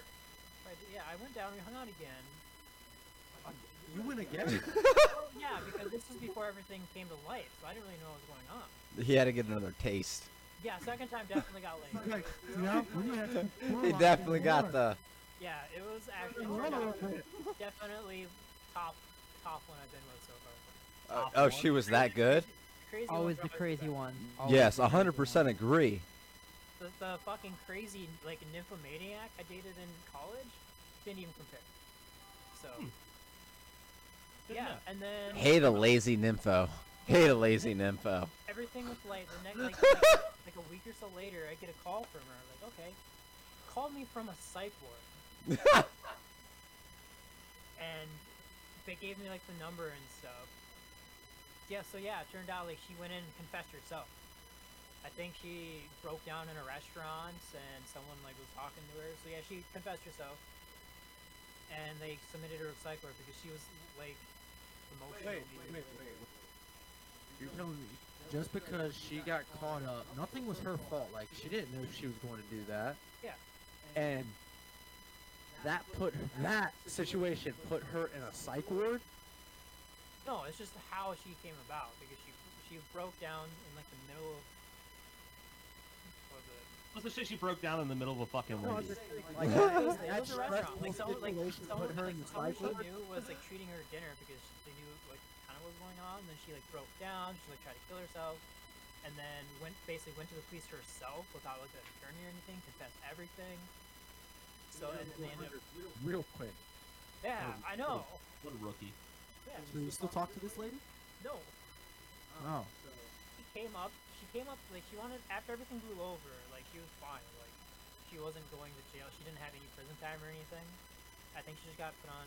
I d- Yeah, I went down. We hung out again. You win again. Well, yeah, because this was before everything came to light, so I didn't really know what was going on. He had to get another taste. Yeah, second time definitely got laid. like, you know, we had some He fun definitely on got board. the. Yeah, it was actually Run a little bit. definitely top top one I've been with so far. Oh, oh, she was that good. Crazy one Always the drove us crazy nuts. one. Yes, hundred percent agree. The, the fucking crazy like nymphomaniac I dated in college didn't even compare. So Hmm. Good yeah, enough. and then Hate a lazy nympho. Hate a lazy nympho. everything was late. The next, like, like, like a week or so later, I get a call from her. Like, okay, call me from a psych ward. and they gave me like the number and stuff. Yeah, so yeah, it turned out like she went in and confessed herself. I think she broke down in a restaurant and someone like was talking to her. So yeah, she confessed herself. And they submitted her to psych ward because she was like Wait, emotionally. wait, wait, wait. You're telling me just because she got caught up, nothing was her fault. Like she didn't know she was going to do that. Yeah. And that put that situation put her in a psych ward. No, it's just how she came about because she she broke down in like the middle of what was it? What's the shit she broke down in the middle of a fucking No, I'm Wendy's? just saying, like Yeah, it that, was, it that was a restaurant. Like stressful someone like situation someone, put her like, in the someone psych she ward. knew was like treating her dinner because she- they knew like kind of what was going on. And then she like broke down. She like tried to kill herself, and then went basically went to the police herself without like an attorney or anything. Confessed everything. So and then they ended up. Real quick. Yeah, I know. What a rookie. Yeah, Do you still talk to this lady? no. Oh. She came up. She came up like she wanted after everything blew over. Like she was fine. Like she wasn't going to jail. She didn't have any prison time or anything. I think she just got put on.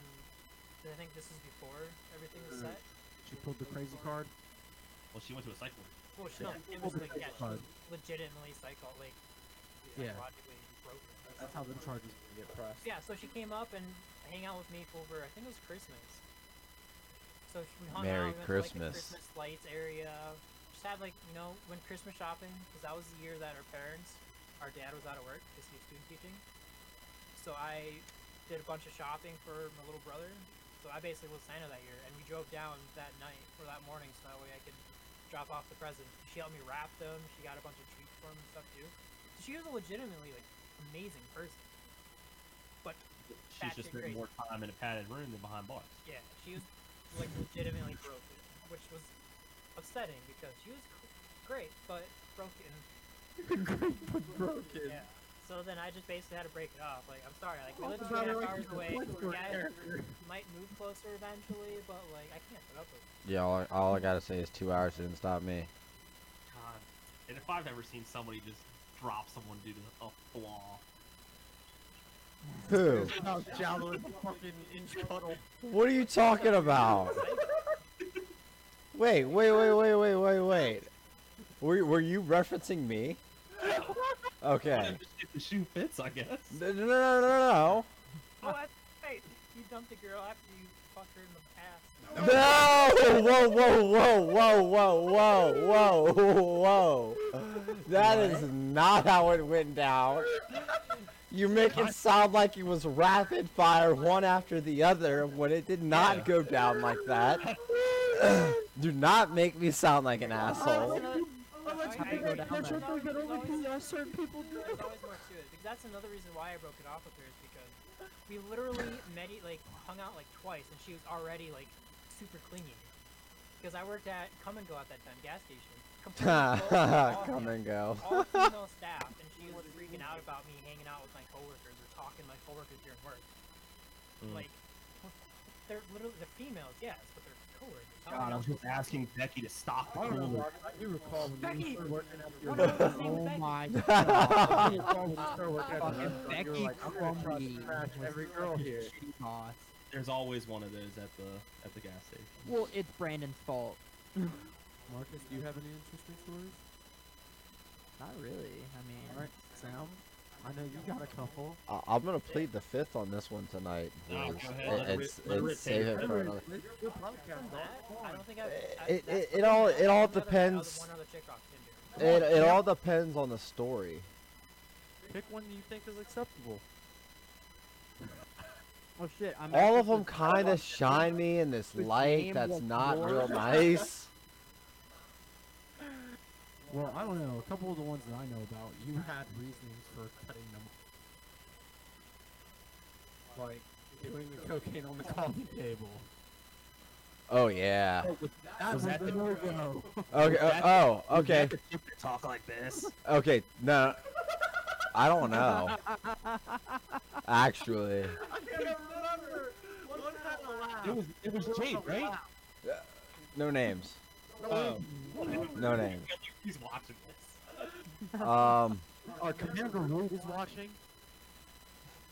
'cause I think this is before everything was set. She pulled the crazy card. Well, she went to a cycle. Well, she, no, it was like yeah, she legitimately psycho like Yeah. psychologically broken. That's how the charges get pressed. Yeah, so she came up and hang out with me for over I think it was Christmas. So she we hung Merry out, we went to, like, Christmas. the Christmas lights area. Just had like you know went Christmas shopping because that was the year that our parents, our dad was out of work because he was student teaching. So I did a bunch of shopping for my little brother. So I basically was Santa that year, and we drove down that night or that morning so that way I could drop off the presents. She helped me wrap them. She got a bunch of treats for him and stuff too. So she was a legitimately like amazing person. But She's That's just great. spent more time in a padded room than behind bars. yeah, she was like legitimately broken, which was upsetting because she was c- great but broken. broken. Yeah. So then I just basically had to break it off. Like I'm sorry, like we Well, live two that's and a probably half like hours the away. point for Yeah, it. we might move closer eventually, but like I can't put up with. It. Yeah, all, all I gotta say is two hours didn't stop me. God. And if I've ever seen somebody just drop someone due to a flaw, Who? How shallow is the fucking inch puddle? What are you talking about? Wait, wait, wait, wait, wait, wait, wait. Were, were you referencing me? Okay. if the shoe fits, I guess. No, no, no, no, no. Ah. Oh, that's right. You dumped a girl after you fucked her in the ass. No! Whoa, whoa, whoa, whoa, whoa, whoa, whoa, whoa. That is not how it went down. You make it sound like it was rapid fire one after the other when it did not go down like that. Do not make me sound like an Oh, asshole. Unless you go down that. certain people do. there's always more to it because that's another reason why I broke it off with her is because we literally met e- like hung out like twice and she was already like super clingy because I worked at Come and Go at that time gas station. Completely full of all Come and go. all female staff, and she was freaking out about me hanging out with my coworkers or talking to my coworkers during work. Mm. Like, they're literally they're females, yes, but they're coworkers. How God, am I I was just asking Becky to stop the I don't know, cooler. Mark. I do recall when Becky! you started working at What the. about his name, Oh Becky? my I I do recall when you started working at the. fucking restaurant, you were Becky like, I'm gonna try Crumby to trash was every girl fucking here. shitty boss. There's always one of those at the at the gas station. Well, it's Brandon's fault. Marcus, do you have any interesting stories? Not really. I mean, Alright, Sam, I know you got a couple. I'm gonna plead the fifth on this one tonight. No, boys. Oh, go And- ahead, let and Ri- s- let and Rit save take it for another. It's your podcast, dog. Come I on. don't think I've. I, Eh, It- that's it- the it all- only it all other- other depends. One other chick off Tinder. It, it all depends on the story. Pick one you think is acceptable. oh shit! I'm All actually of them just- kind of shine me in this His light name that's was not real Lord. nice. Well, I don't know. A couple of the ones that I know about, you had reasonings for cutting them. Like doing the cocaine on the coffee table. Oh yeah. That was, that a the- no-go. Okay. Oh, oh, okay. Talk like this. Okay. No. I don't know. Actually, I can't remember. What that It was it was Jade, right? no names. Oh. No names. He's watching this. Um. Our commander Root is watching.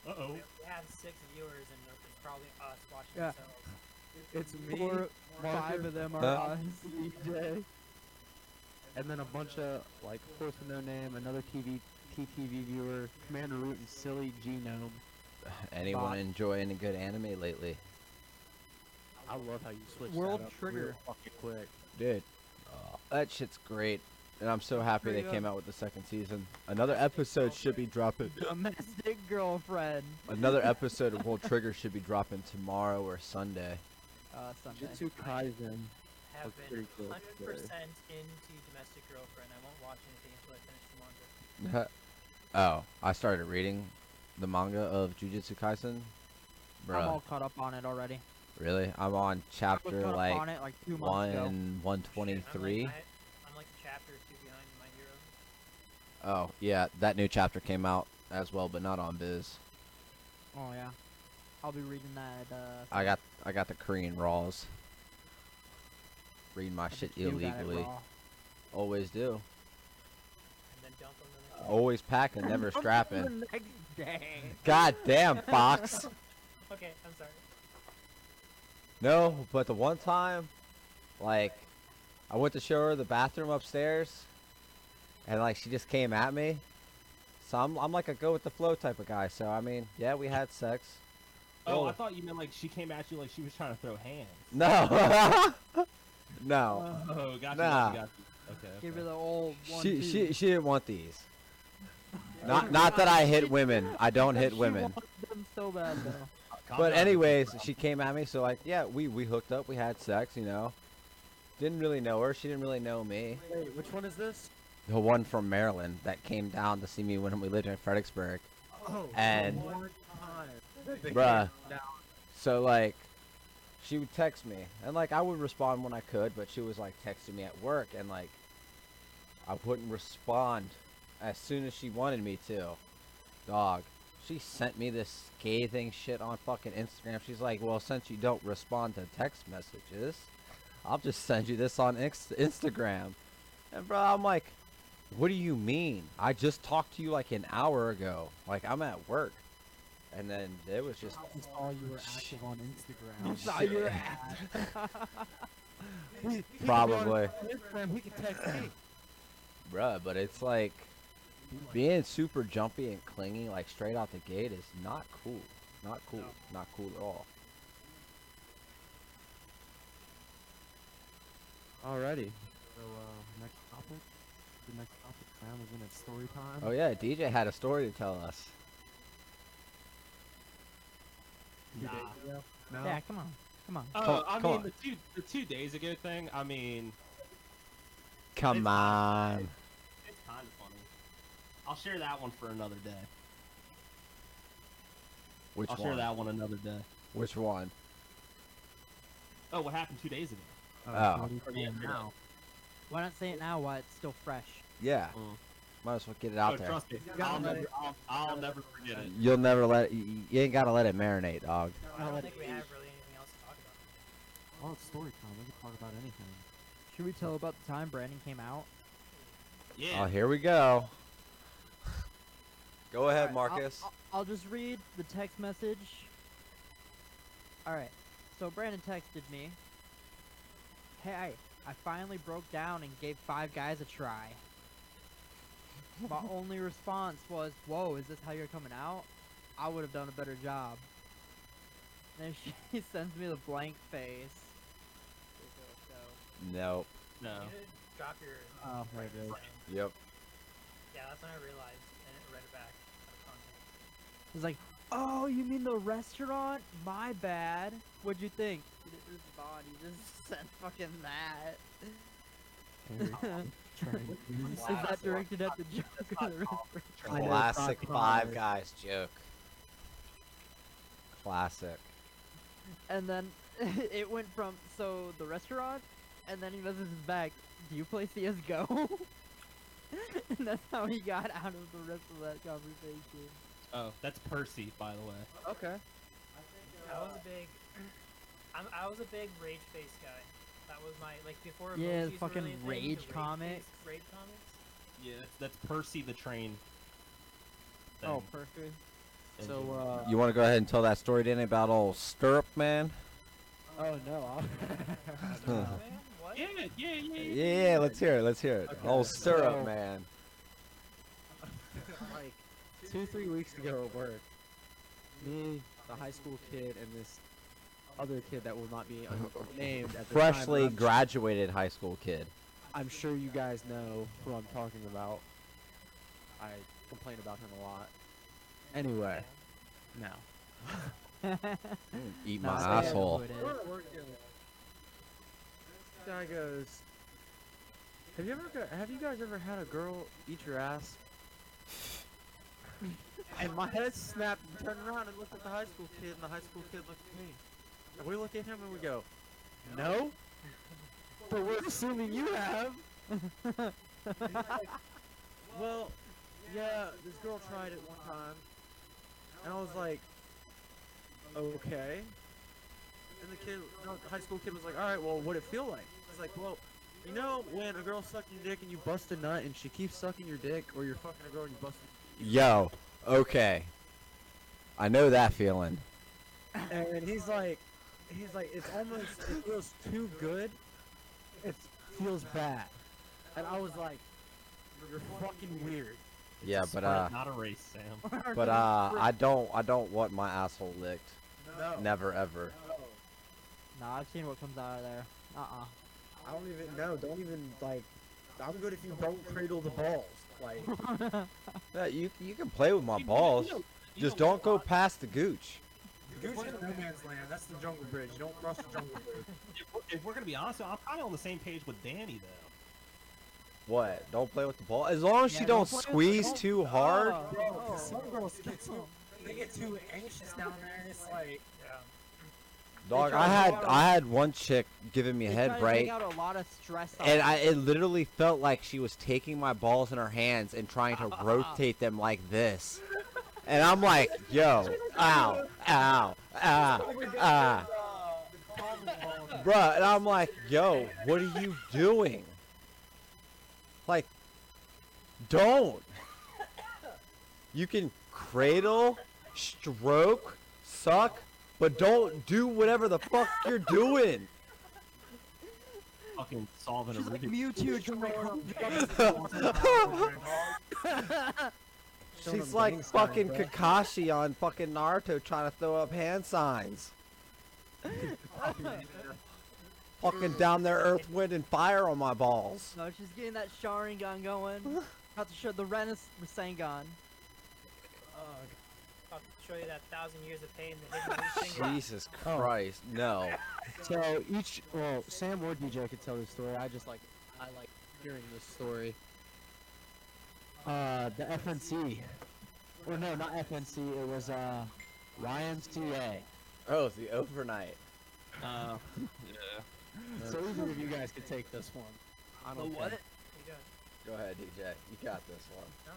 Uh oh. We have six viewers, and it's probably us watching Yeah. themselves. It's me, Four, five Marcus, of them are Huh? us. DJ. and then a bunch of like of course with no name, another TV TTV viewer, Commander Root, and Silly Genome. Anyone enjoying a good anime lately, I love how you switch World that up Trigger. real fucking quick. dude? oh, That shit's great, and I'm so happy they came out with the second season. Another episode should be dropping. Domestic girlfriend. Another episode of World Trigger should be dropping tomorrow or Sunday. Uh, Sunday. Jitsu Kaisen. have Looks been pretty cool, hundred though. percent into Domestic Girlfriend. I won't watch anything until I finish the manga. oh, I started reading the manga of Jujutsu Kaisen. Bro, I'm all caught up on it already. really? I'm on I was chapter caught up on like it like two months ago. one one twenty three. Shit, I'm, like, I, I'm like a chapter or two behind in my hero. Oh yeah, that new chapter came out as well, but not on Biz. Oh yeah. I'll be reading that. Uh, I got I got the Korean Raws. Read my bet shit you got it illegally. raw. Always do. And then dump them. The Oh. next Always packing, never strapping. The next day. God damn, Fox. Okay, I'm sorry. No, but the one time, like, I went to show her the bathroom upstairs, and like she just came at me. So I'm, I'm like a go with the flow type of guy. So I mean, yeah, we had sex. Oh, I Oh. thought you meant like she came at you like she was trying to throw hands. No, no. Oh, gotcha. Nah. gotcha, gotcha. Okay. Give her okay. the old Uh, one. She, two. she, she didn't want these. Not, not that I hit women. I don't hit She women. wants them so bad though. Calm But down, anyways, bro. she came at me. So like, yeah, we, we hooked up. We had sex. You know, didn't really know her. She didn't really know me. Wait, which one is this? The one from Maryland that came down to see me when we lived in Fredericksburg. Oh, And- one time. They Bruh. came down. So like, she would text me, and like I would respond when I could, but she was like texting me at work, and like I wouldn't respond as soon as she wanted me to. Dog, she sent me this scathing shit on fucking Instagram. She's like, well, since you don't respond to text messages, I'll just send you this on Inst- Instagram. And bro, I'm like, what do you mean? I just talked to you like an hour ago. Like I'm at work. And then it was just I just saw you were active on Instagram. You saw you your He- he could be on Probably. Instagram, he could text me. Bruh, but it's like being super jumpy and clingy like straight out the gate is not cool. Not cool. Not cool at all. Alrighty. So, uh, next topic. The next topic, Sam, is in its story time. Oh yeah, DJ had a story to tell us. Two days Nah. ago. No. Yeah, come on, come on. Oh, I Come mean on. the two the two days ago thing. I mean, Come It's- on. it's kind of funny. I'll share that one for another day. Which I'll share one? that one another day. Which one? Oh, what happened two days ago? Oh, Oh. Cody, Or the come other now. Why not say it now while it's still fresh? Yeah. Mm. Might as well get it out Oh, there. Trust me, I'll never, I'll, I'll never forget it. You'll never let it, you, you ain't gotta let it marinate, dog. I don't think we have really anything else to talk about. Oh, it's story time. We can talk about anything. Should we tell about the time Brandon came out? Oh, Yeah. here we go. Go ahead, Alright, Marcus. I'll, I'll, I'll just read the text message. All right. So Brandon texted me. Hey, I finally broke down and gave five guys a try. My only response was, "Whoa, is this how you're coming out? I would have done a better job." Then she sends me the blank face. Nope. No. You should drop your. Oh, right there it is. Yep. Yeah, that's when I realized and it read it back. out of context. He's like, "Oh, you mean the restaurant? My bad. What'd you think?" He didn't respond. He just sent fucking that. Is that directed at the joke or the reference? I know, Classic Five Five Guys. Guys joke. Classic. And then it went from so the restaurant, and then he messages back, "Do you play CS:GO?" and that's how he got out of the rest of that conversation. Oh, that's Percy, by the way. Okay. I was a big, I'm, I was a big rage face guy. That was my like before. Yeah, emojis were fucking really a thing, the rage face- comics. Rage comics. Yeah, that's, that's Percy the train. Oh, thing. Perfect. So, uh, You want to go ahead and tell that story, Danny, about old Stirrup Man? Oh no. Huh. Man, what? yeah, yeah, yeah, yeah. Yeah, let's hear it. Let's hear it. Old Stirrup so- Man. like two, three weeks ago at work, me, the high school kid, and this other kid that will not be named at the time, but Freshly I'm- graduated high school kid. I'm sure you guys know who I'm talking about. I complain about him a lot. Anyway, no. Eat No, my I know asshole. who it is. We're at work doing it. Guy goes, "Have you ever got, have you guys ever had a girl eat your ass?" and my head snapped. And turned around and looked at the high school kid, and the high school kid looked at me. And we look at him and we go, "No." But we're assuming you have. He's like, well, yeah, this girl tried it one time. And I was like, okay. And the kid, no, the high school kid was like, all right, well, what'd it feel like? It's like, well, you know, when a girl sucks your dick and you bust a nut and she keeps sucking your dick, or you're fucking a girl and you bust. Yo, okay. I know that feeling. And he's like, he's like, it's almost, it feels too good. It feels bad. And I was like, you're fucking weird. Yeah, It's a but sprint, uh, not a race, Sam. but uh, I don't, I don't want my asshole licked. No. Never ever. Nah, I've seen what comes out of there. Uh-uh. I don't even know. Don't even like. I'm good if you don't cradle the balls. Like Yeah, you you can play with my You- you balls. know- you Just know don't go past the gooch. Gooch is no man's land. That's the jungle bridge. You don't cross the jungle bridge. If we're, if we're gonna be honest, I'm probably on the same page with Danny though. What? Don't play with the ball. As long as Yeah, you don't don't play with the squeeze ball. too hard. Oh, oh. girls get too, they get too anxious down there. and It's like Yeah. Dog, try I to had go out. I had one chick giving me a They head try to right, take out a lot of stress. on and you. I it literally felt like she was taking my balls in her hands and trying to rotate them like this. And I'm like, yo, ow, ow, ow, ah, bruh. And I'm like, yo, what are you doing? Like, don't. You can cradle, stroke, suck, but don't do whatever the fuck you're doing. Fucking solving She's a like Rubik's Mewtwo to my She's like fucking Kakashi on fucking Naruto trying to throw up hand signs. fucking down there, earth, wind, and fire on my balls. No, she's getting that Sharingan going. About to show the Renaissance Sangon. I'll show you that thousand years of pain. The hidden root finger. Jesus Christ, no. So each, well, Sam or DJ could tell this story. I just like, I like hearing this story. Uh, the FNC, or no, not FNC. It was uh, YMCA. Oh, it's the overnight. Oh, Uh, yeah. So either of you guys could take this one. I don't care. You don't. Go ahead, DJ. You got this one.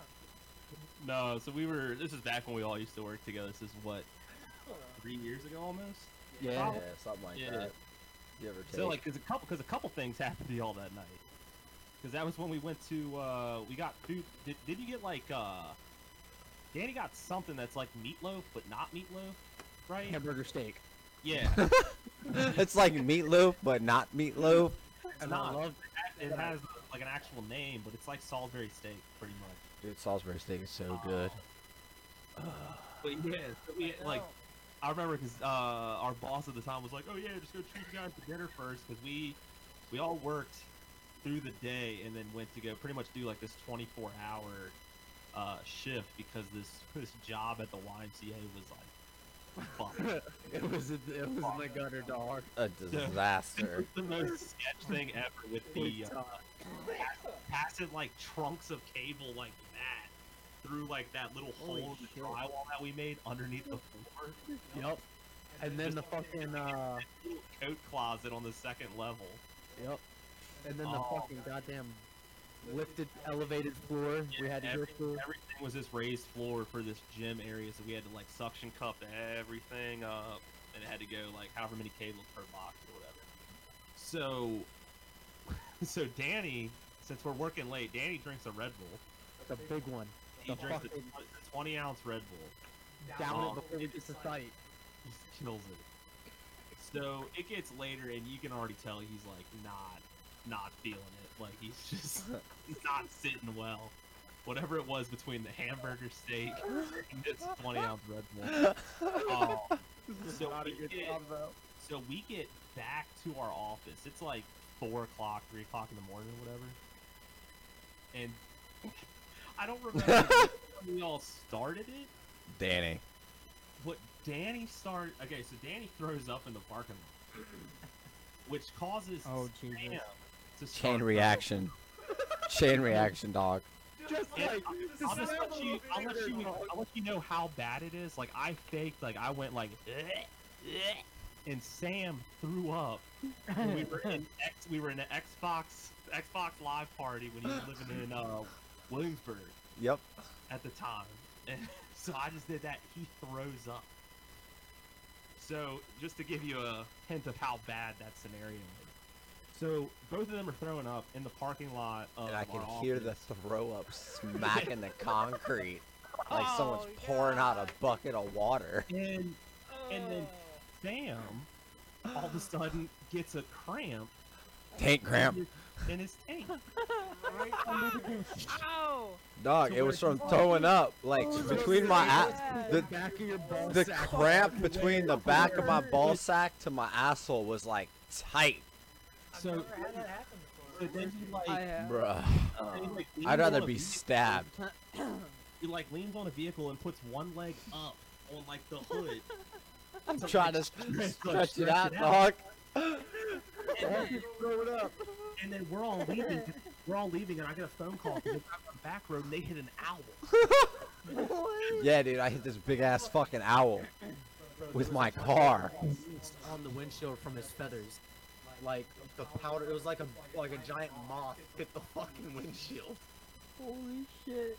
No, so we were. This is back when we all used to work together. This is what Hold three years ago almost. Yeah, Yeah. something like Yeah. that. Give or take. So like, cause a couple, cause a couple things happened to y'all that night. Cause that was when we went to, uh, we got food. Did, did you get like, uh, Danny got something that's like meatloaf, but not meatloaf, right? Hamburger steak. Yeah, it's like meatloaf, but not meatloaf. it's And I not. love It has like an actual name, but it's like Salisbury steak, pretty much. Dude, Salisbury steak is so good. But yeah, so we, on. oh. like I remember because uh, our boss at the time was like, "Oh yeah, just go treat you guys to dinner first, because we we all worked through the day and then went to go pretty much do like this 24 hour uh, shift because this this job at the YMCA was like, fuck. It was it was in the gutter, dog. A disaster. the most sketch thing ever with the uh, passing like trunks of cable like that through like that little Holy hole in shit. the drywall that we made underneath the floor. Yep. And then the Just- fucking uh. little coat closet on the second level. Yep. And then the Oh. fucking goddamn lifted elevated floor we Yeah, had to go every- through. Everything was this raised floor for this gym area, so we had to like suction cup everything up, and it had to go like however many cables per box or whatever. So, so Danny, since we're working late, Danny drinks a Red Bull. The big one. He The drinks a fucking- 20 a 20 ounce Red Bull. Down Oh. it before we get to sight. He kills it. So it gets later, and you can already tell he's like not, not feeling it. Like he's just he's not sitting well. Whatever it was between the hamburger steak and this twenty ounce Red Bull. Oh. So, we get, so we get back to our office. It's like four o'clock, three o'clock in the morning, or whatever. And I don't remember when we all started it. Danny. What Danny started? Okay, so Danny throws up in the parking lot, which causes Oh, Jesus. Sam to start Chain throwing- reaction. Chain reaction, dog. Just Yeah, like I'll just let you. I'll let you. I'll let you know how bad it is. Like I faked. Like I went like, and Sam threw up. When we were in X. We were in an Xbox Xbox Live party when he was living in uh, Williamsburg Yep. at the time. And so I just did that. He throws up. So just to give you a hint of how bad that scenario is. So both of them are throwing up in the parking lot. Of And I can our hear the Oh, office. throw up smacking the concrete like someone's Oh, pouring out a God. bucket of water. And and then- Sam all of a sudden gets a cramp Tank cramp. in his- in his tank. Right under the douche. Oh. Ow! Dog, So it was where from he's- throwing up. Like Oh, between so my ass. serious. Yeah. the- back of your ball The sack. cramp between the back of my Hurt. ball sack to my asshole was like tight, I've So- never had that happen So before. then he like, I have. bruh. then he, like, leans I'd rather on a be vehicle- stabbed. He like leans on a vehicle and puts one leg up on like the hood. I'm trying to like, stretch it stretch out, it dog. And then- Throw it up. and then we're all leaving. We're all leaving, and I get a phone call from the guy on the back road, and they hit an owl. Yeah, dude, I hit this big ass fucking owl with my car. on the windshield from his feathers. Like the powder, it was like a like a giant moth hit the fucking windshield. Holy shit.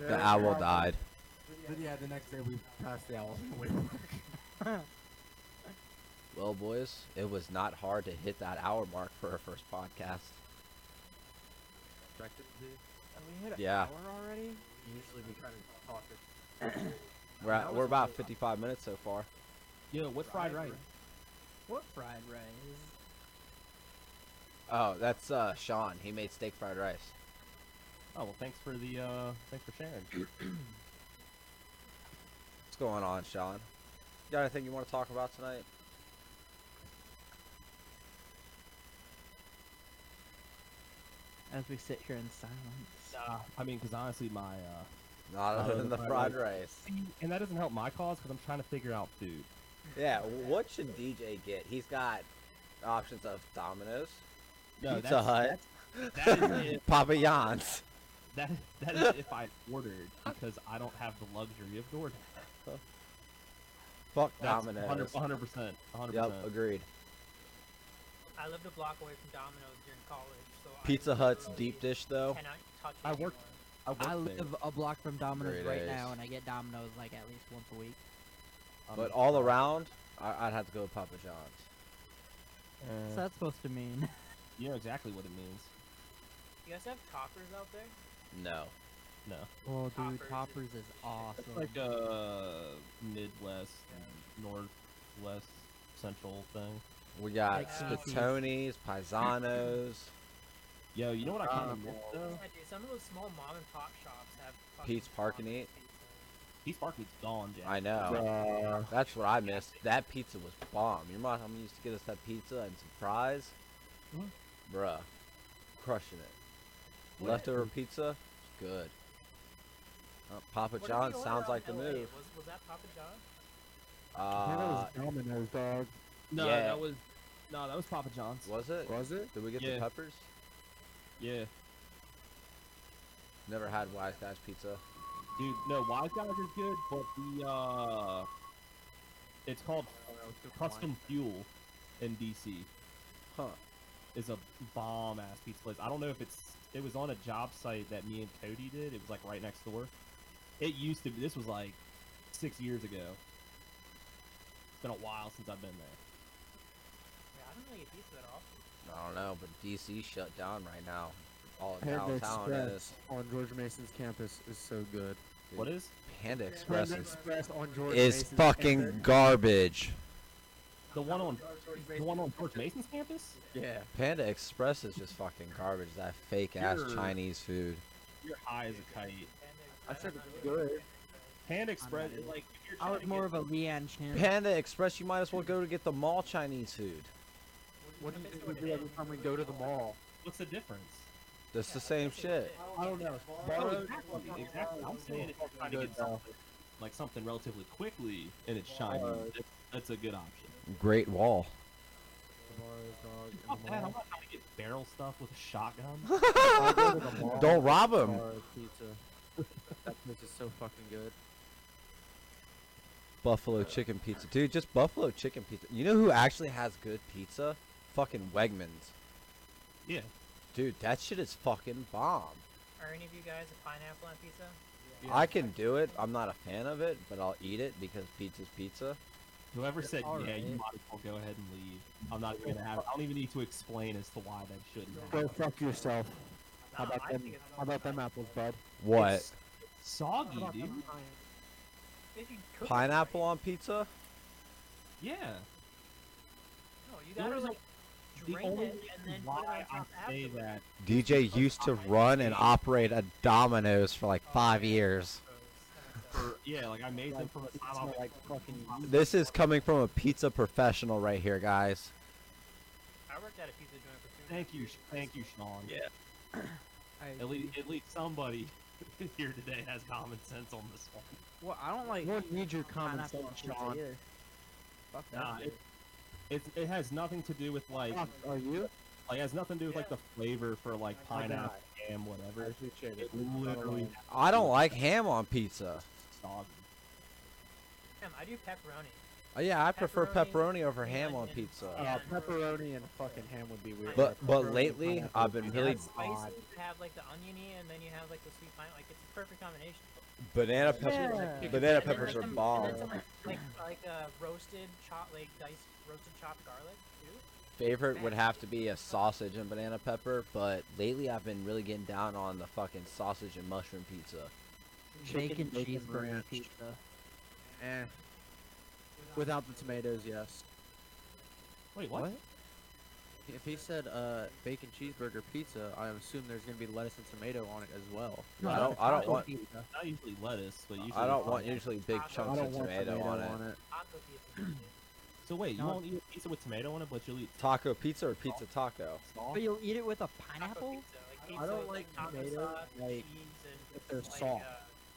The owl died. Yeah, the next day we passed the owl. Well, boys, it was not hard to hit that hour mark for our first podcast. we hit an Yeah. hour already? Usually we kind of talk. We're, at, we're about 55 minutes so far. Yo, what fried rice? What fried rice? Oh, that's uh, Sean. He made steak fried rice. Oh well, thanks for the uh, thanks for sharing. What's going on, Sean? Got anything you want to talk about tonight? As we sit here in silence. Nah, Uh, I mean, because honestly, my uh, Not other than the fried rice. and that doesn't help my cause because I'm trying to figure out food. Yeah, what should DJ get? He's got options of Domino's, No, Pizza that's, Hut, That's, that is if Papa John's. that that is if I ordered because I don't have the luxury of DoorDash. Fuck That's Domino's. 100 percent, 100 Yep, percent. agreed. I I lived a block away from Domino's during college, so I Pizza Hut's literally deep dish though. Cannot touch I it worked- anymore. I worked I there. live a block from Domino's Great right A's. now, and I get Domino's like at least once a week. Um, But all around, I- I'd have to go with Papa John's. What's uh, that supposed to mean? You know exactly what it means. You guys have toppers out there? No. No. Oh, dude, Toppers. Toppers is awesome. It's like a Midwest, Northwest, Central thing. We got Like smoothies. Spatoni's, Paisanos, Yo, you know what I kind Um, of miss though? Yeah, dude, some of those small mom and pop shops have. fucking Pete's Park and Domino's Eat? pizza. He's parking's gone, Jack. I know. Bruh. That's what I missed. That pizza was bomb. Your mom used to get us that pizza and some fries. Mhm. Bruh. Crushing it. Leftover pizza? Good. Uh, Papa What did John's we order sounds out like the in LA? move. Was, was that Papa John? Uh, that was Domino's, dog. No, Yeah. that was no, that was Papa John's. Uh, was it? Was it? Did we get the Yeah. peppers? Yeah, Never had Wise Guys pizza. dude. No, Wise Guys is good, but the uh, it's called Custom Fuel in DC. Huh. Is a bomb ass pizza place. I don't know if it's it was on a job site that me and Cody did. It was like right next door. It used to. be, This was like six years ago. It's been a while since I've been there. Yeah, I don't really get pizza that often. I don't know, but DC shut down right now. All of Panda downtown is. Express on George Mason's campus is so good. What is? Panda Express Panda is, Express on George is Mason's fucking campus. garbage. The one on the one on George Mason's campus? Yeah. Panda Express is just fucking garbage. That fake ass You're- Chinese food. You're high as a kite. I uh, said it's good. Panda Express not is like if you're I trying was to more get- of a Leanne Chan. Panda Express, you might as well go to get the mall Chinese food. What do you think we do every time we go to the mall? what's the difference? That's the same shit. I don't know. Oh, Borrowed- exactly, exactly. I'm saying if you're trying to Good, get though. something, like something relatively quickly and it's Chinese, that's, that's a good option. Great Wall. Borrowed, dog, Fuck in the that, I'm mall. not trying to get barrel stuff with a shotgun. I go to the mall Don't rob for him. Pizza. That place is so fucking good. Buffalo chicken pizza, dude. Just buffalo chicken pizza. You know who actually has good pizza? Fucking Wegmans. yeah. Dude, that shit is fucking bomb. Are any of you guys a pineapple on pizza? yeah. I can do it. I'm not a fan of it, but I'll eat it because pizza's pizza. Whoever said yeah, alright. you might as well go ahead and leave. I'm not even gonna have. I don't even need to explain as to why that shouldn't. Go happen. fuck yourself. How Nah, about I them? think it's How about them fine. apples, bud? What? It's soggy, dude. If you cook it Pineapple right. on pizza? Yeah. No, you The gotta only like oh, The drain only it and then reason put it why on top I say afterwards. that DJ used to run and operate a Domino's for like five years. for yeah, like I made them Like, from a it time smell off. like fucking yeast. This is coming from a pizza professional right here, guys. I worked at a pizza joint for two. Thank you, years. thank you, Sean. Yeah. I At agree. least, at least somebody here today has common sense on this one. Well, I don't like You don't need your common pineapple sense, on pizza Sean. either. Fuck that. Nah, shit. it, it, it has nothing to do with like Fuck, Oh, are you? like it has nothing to do with like the flavor for like pineapple ham I whatever. appreciate it. It literally I don't like ham on pizza. soggy. Damn, I do pepperoni. Uh, Yeah, I prefer Pepperoni, pepperoni over onion, ham on and pizza. onion. Uh, pepperoni and fucking ham would be weird. But Pepperoni but and lately pineapple I've would been be You really have odd. spicy, you have like the oniony, and then you have like the sweet pine. Like it's a perfect combination. banana peppers. Yeah. Banana And then, peppers like, are some- bomb. And then some, like like, like uh, roasted chop, like diced roasted chopped garlic too. Favorite would have to be a sausage and banana pepper, but lately I've been really getting down on the fucking sausage and mushroom pizza. Bacon, Chicken bacon cheeseburger ranch. pizza. Eh. Without the tomatoes, yes. Wait, what? If he said uh, bacon cheeseburger pizza, I assume there's gonna be lettuce and tomato on it as well. No, I don't- I don't want- Pizza. Not usually lettuce, but usually I don't want pineapple. usually big I I chunks don't of want tomato on it. Taco pizza. So wait, you No. won't eat a pizza with tomato on it, but you'll eat Taco pizza or pizza taco? sauce. But you'll eat it with a Taco pineapple? pizza. Like I pizza don't with, like taco tomato, sauce, like, cheese, and if they're like, soft. uh,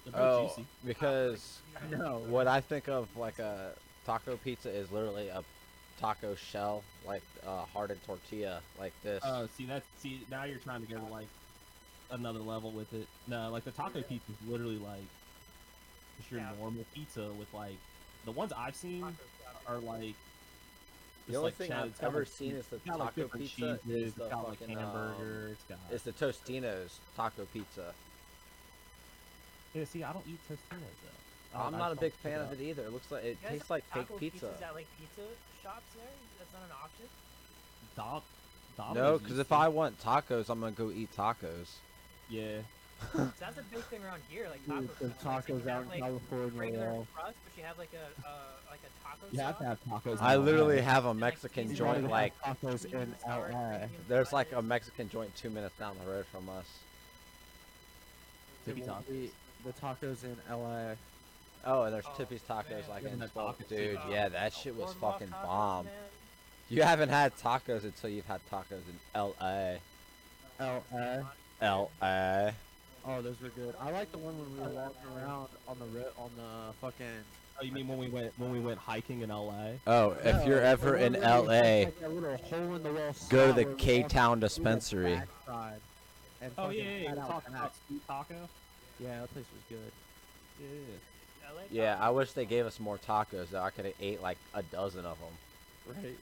They're pretty Oh, juicy. because No. what I think of like a taco pizza is literally a taco shell, like a hardened tortilla, like this. Oh, see that's see now you're trying to go to like another level with it. No, like the taco pizza is literally like just your Yeah. normal pizza with like the ones I've seen Taco pizza. are like The only thing I've ever seen is the got like taco different pizza cheeses, is the it's got like fucking hamburger. hamburger, it's got. It's the Tostino's taco pizza. yeah, see, I don't eat Tostinos though. I don't- I'm Oh, I not a just big don't pick fan up. of it either. It looks like it You guys tastes like have fake taco pizza. Pizzas at like pizza shops there? That's not an option. Dom- No, Domino's because used if to- I want tacos, I'm gonna go eat tacos. yeah, So that's a big thing around here, like taco Dude, some shop. Like, so you tacos out have, in like, California. regular y'all. crust, but you have like a uh, like a taco You have to shop. have tacos. I in literally LA. have a like, Mexican cheese You gotta joint have like tacos Medium in sour, LA. medium there's like a fried. Mexican joint two minutes down the road from us. Dude, Tippy when tacos. we- The tacos in LA. Oh, and there's Oh, Tippy's tacos man. like Yeah, in that 12. taco Dude, shop. yeah, that shit was Corn dog fucking tacos, bomb. man. You haven't had tacos until you've had tacos in L.A. LA. L.A. Oh, those were good. I like the one when we were walking around on the ri- on the fucking. Oh, you mean when we went when we went hiking in LA? Oh, if you're No, ever the one in where we went, L.A., like, that little hole-in-the-wall go to spot the where we walked K-Town through the dispensary. backside and Oh fucking yeah, yeah, yeah. cut we out talked snacks. about street taco. Yeah, that place was good. Yeah. LA Yeah, taco. I wish they gave us more tacos though. I could have ate like a dozen of them. Right.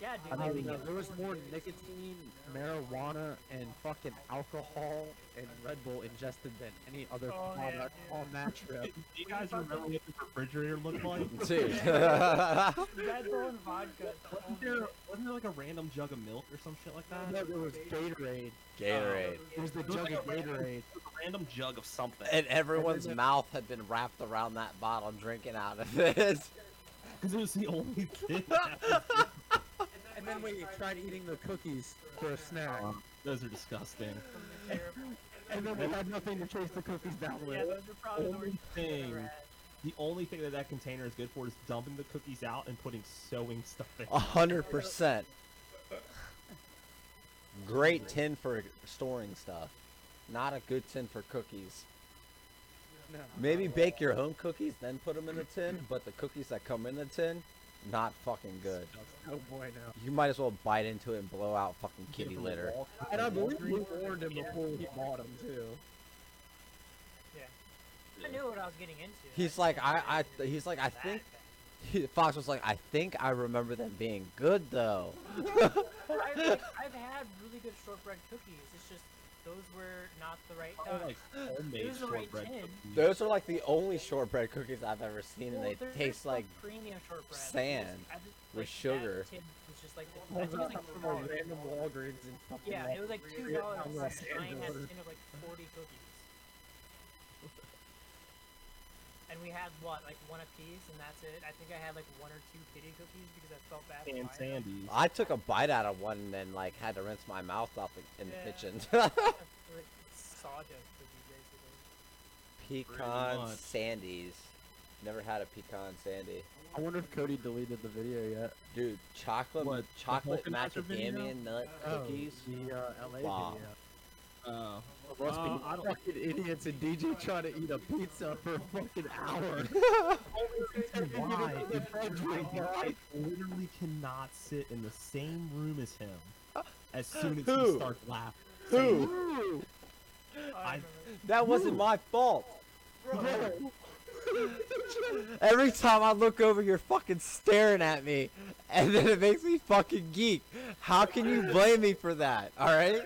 Yeah, dude. I like, mean, we uh, get- there was more nicotine, marijuana, and fucking alcohol and Red Bull ingested than any other Oh, yeah, product dude. on that trip. Do you guys remember what the refrigerator looked like? Dude, Red Bull and vodka. it's the only- Wasn't there, wasn't there like a random jug of milk or some shit like that? no, there was Gatorade. Gatorade. It was the Look jug at of the- Gatorade. Random jug of something. And everyone's then- mouth had been wrapped around that bottle drinking out of it. Because it was the only thing. And then we tried eating the cookies for a snack. Those are disgusting. Terrible. And then we had nothing to chase the cookies down Yeah, with. those are probably the worst things I've ever Thing. had. The only thing that that container is good for is dumping the cookies out and putting sewing stuff in. A hundred percent. Great tin for storing stuff. Not a good tin for cookies. No. Maybe bake your own cookies, then put them in a tin, but the cookies that come in the tin, not fucking good. Oh boy, no. You might as well bite into it and blow out fucking Get kitty from litter. The wall. And I believe we warned him before we bought him too. I knew what I was getting into. He's like, I, I, he's like, I That think. bad. Fox was like, I think I remember them being good though. I've, like, I've had really good shortbread cookies. It's just those were not the right. Oh, Uh, like homemade Those are right shortbread tin. cookies. Those are like the only shortbread cookies I've ever seen, well, and they they're- they're taste still like premium shortbread. It's just- sand I just- with like, that sugar. tin was just like the- Pulls that was out like from a $2. random Walgreens and fucking Yeah, like, it was like two Yeah, dollars. I'm and not Ryan saying had a that. tin of like forty cookies. And we had what, like one apiece, and that's it. I think I had like one or two kitty cookies because I felt bad. for and Ryan. Sandy's. I took a bite out of one and then like had to rinse my mouth off the, in Yeah. the kitchen. They were, like, sawdust cookies, basically. pecan much. sandies. Never had a pecan sandy. I wonder if Cody deleted the video yet. Dude, chocolate What, the chocolate Polka Master video? macadamia nut Oh, cookies. The uh, LA Wow. video. Oh. Of us Uh, being I don't- fucking idiots and DJ trying to eat a pizza for a fucking hour. And you Why? don't get that drink, I right? literally cannot sit in the same room as him. As soon as he Who? starts laughing, Who? Ooh, Oh, I I- remember. That wasn't Who? my fault. bro. Every time I look over, you're fucking staring at me, and then it makes me fucking geek. How can you blame me for that? All right.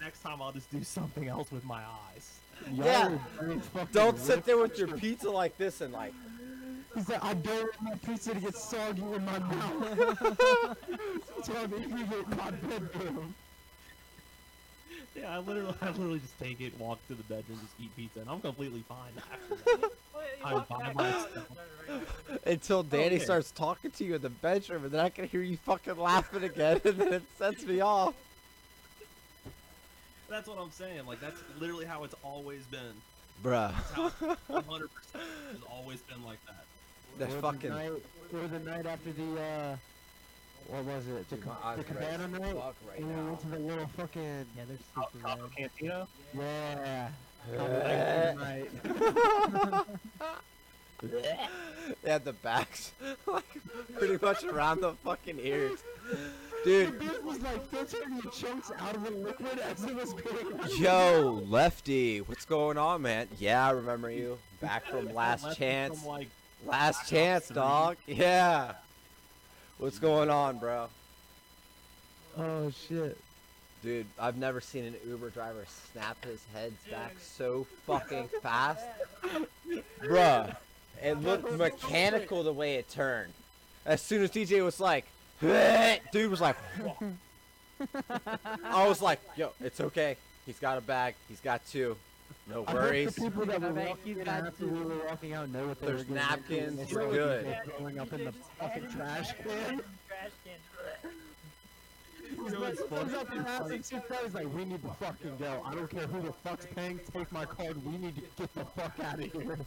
next time I'll just do something else with my eyes. Y'all Yeah. are doing fucking Don't sit rip- there with your pizza like this and like. He's like, I don't want my pizza to get soggy in my mouth. so I'm eating it in my bedroom. Yeah, I literally, I literally just take it, walk to the bedroom, just eat pizza, and I'm completely fine after that. Well, you I walked buy back myself- out, I remember. Until Danny Okay. starts talking to you in the bedroom, and then I can hear you fucking laughing again, and then it sets me off. That's what I'm saying. Like that's literally how it's always been. Bruh. That's how it's 100 percent has always been like that. The Or fucking. night, or the night after the uh, what was it? The, Dude, ca- my eyes the are cabana as night. fuck right and we now. went to the little fucking Yeah, they're super Taco red. Cantina. yeah. Eh. Cabana night. they had the backs like pretty much around the fucking ears, dude. This was like filtering the chunks out of the liquid as it was going. out. Yo, Lefty, what's going on, man? Yeah, I remember you. Back from It's last left chance. From, like Last Black Ops chance, 3. dog. Yeah. What's going on, bro? Oh shit. Dude, I've never seen an Uber driver snap his heads back so fucking fast. Bruh, it looked mechanical the way it turned. As soon as DJ was like, dude was like, I was like, yo, it's okay. He's got a bag. He's got two. No I hope worries. The people that were Like, walking you got after we were walking out know what they There's were gonna do, and napkins, they we're were good. Going up in the fucking trash can. Trash can. He's like, comes up and asks him, she's probably like, we need to fucking go. I don't care who the fuck's paying. Take my card. We need to get the fuck out of here.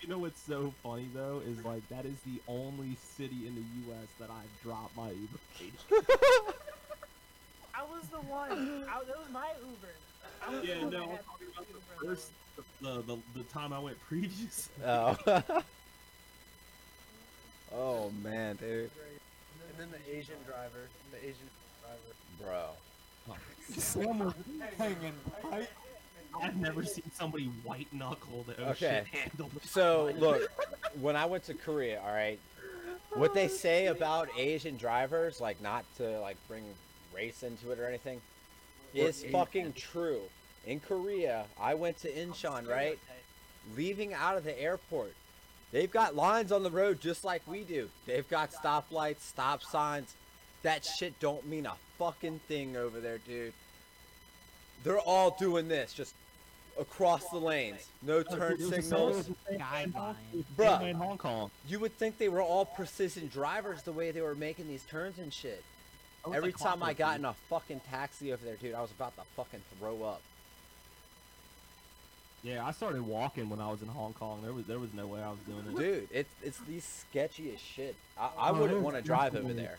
You know what's so funny though is like that is the only city in the U.S. that I've dropped my Uber. I was the one. I, that was my Uber. I was Yeah, the one no, that I'm had talking the about Uber the alone. first, the, the, the time I went previous. Oh. oh man, dude, And then the Asian driver, the Asian driver. bro. Sam was hanging right I've never seen somebody white knuckle the ocean Okay. handle. So look, when I went to Korea, all right, what they say about Asian drivers, like not to like bring race into it or anything, is fucking true. In Korea, I went to Incheon, right? Leaving out of the airport, they've got lines on the road just like we do. They've got stoplights, stop signs. That shit don't mean a fucking thing over there, dude. They're all doing this, just across the lanes, no turn signals. Guideline. Bruh. in Hong Kong. You would think they were all precision drivers the way they were making these turns and shit. Every time I got in a fucking taxi over there, dude, I was about to fucking throw up. Yeah, I started walking when I was in Hong Kong. There was there was no way I was doing it. Dude, it's it's the sketchiest shit. I, I Oh, wouldn't it's want to drive over definitely- there.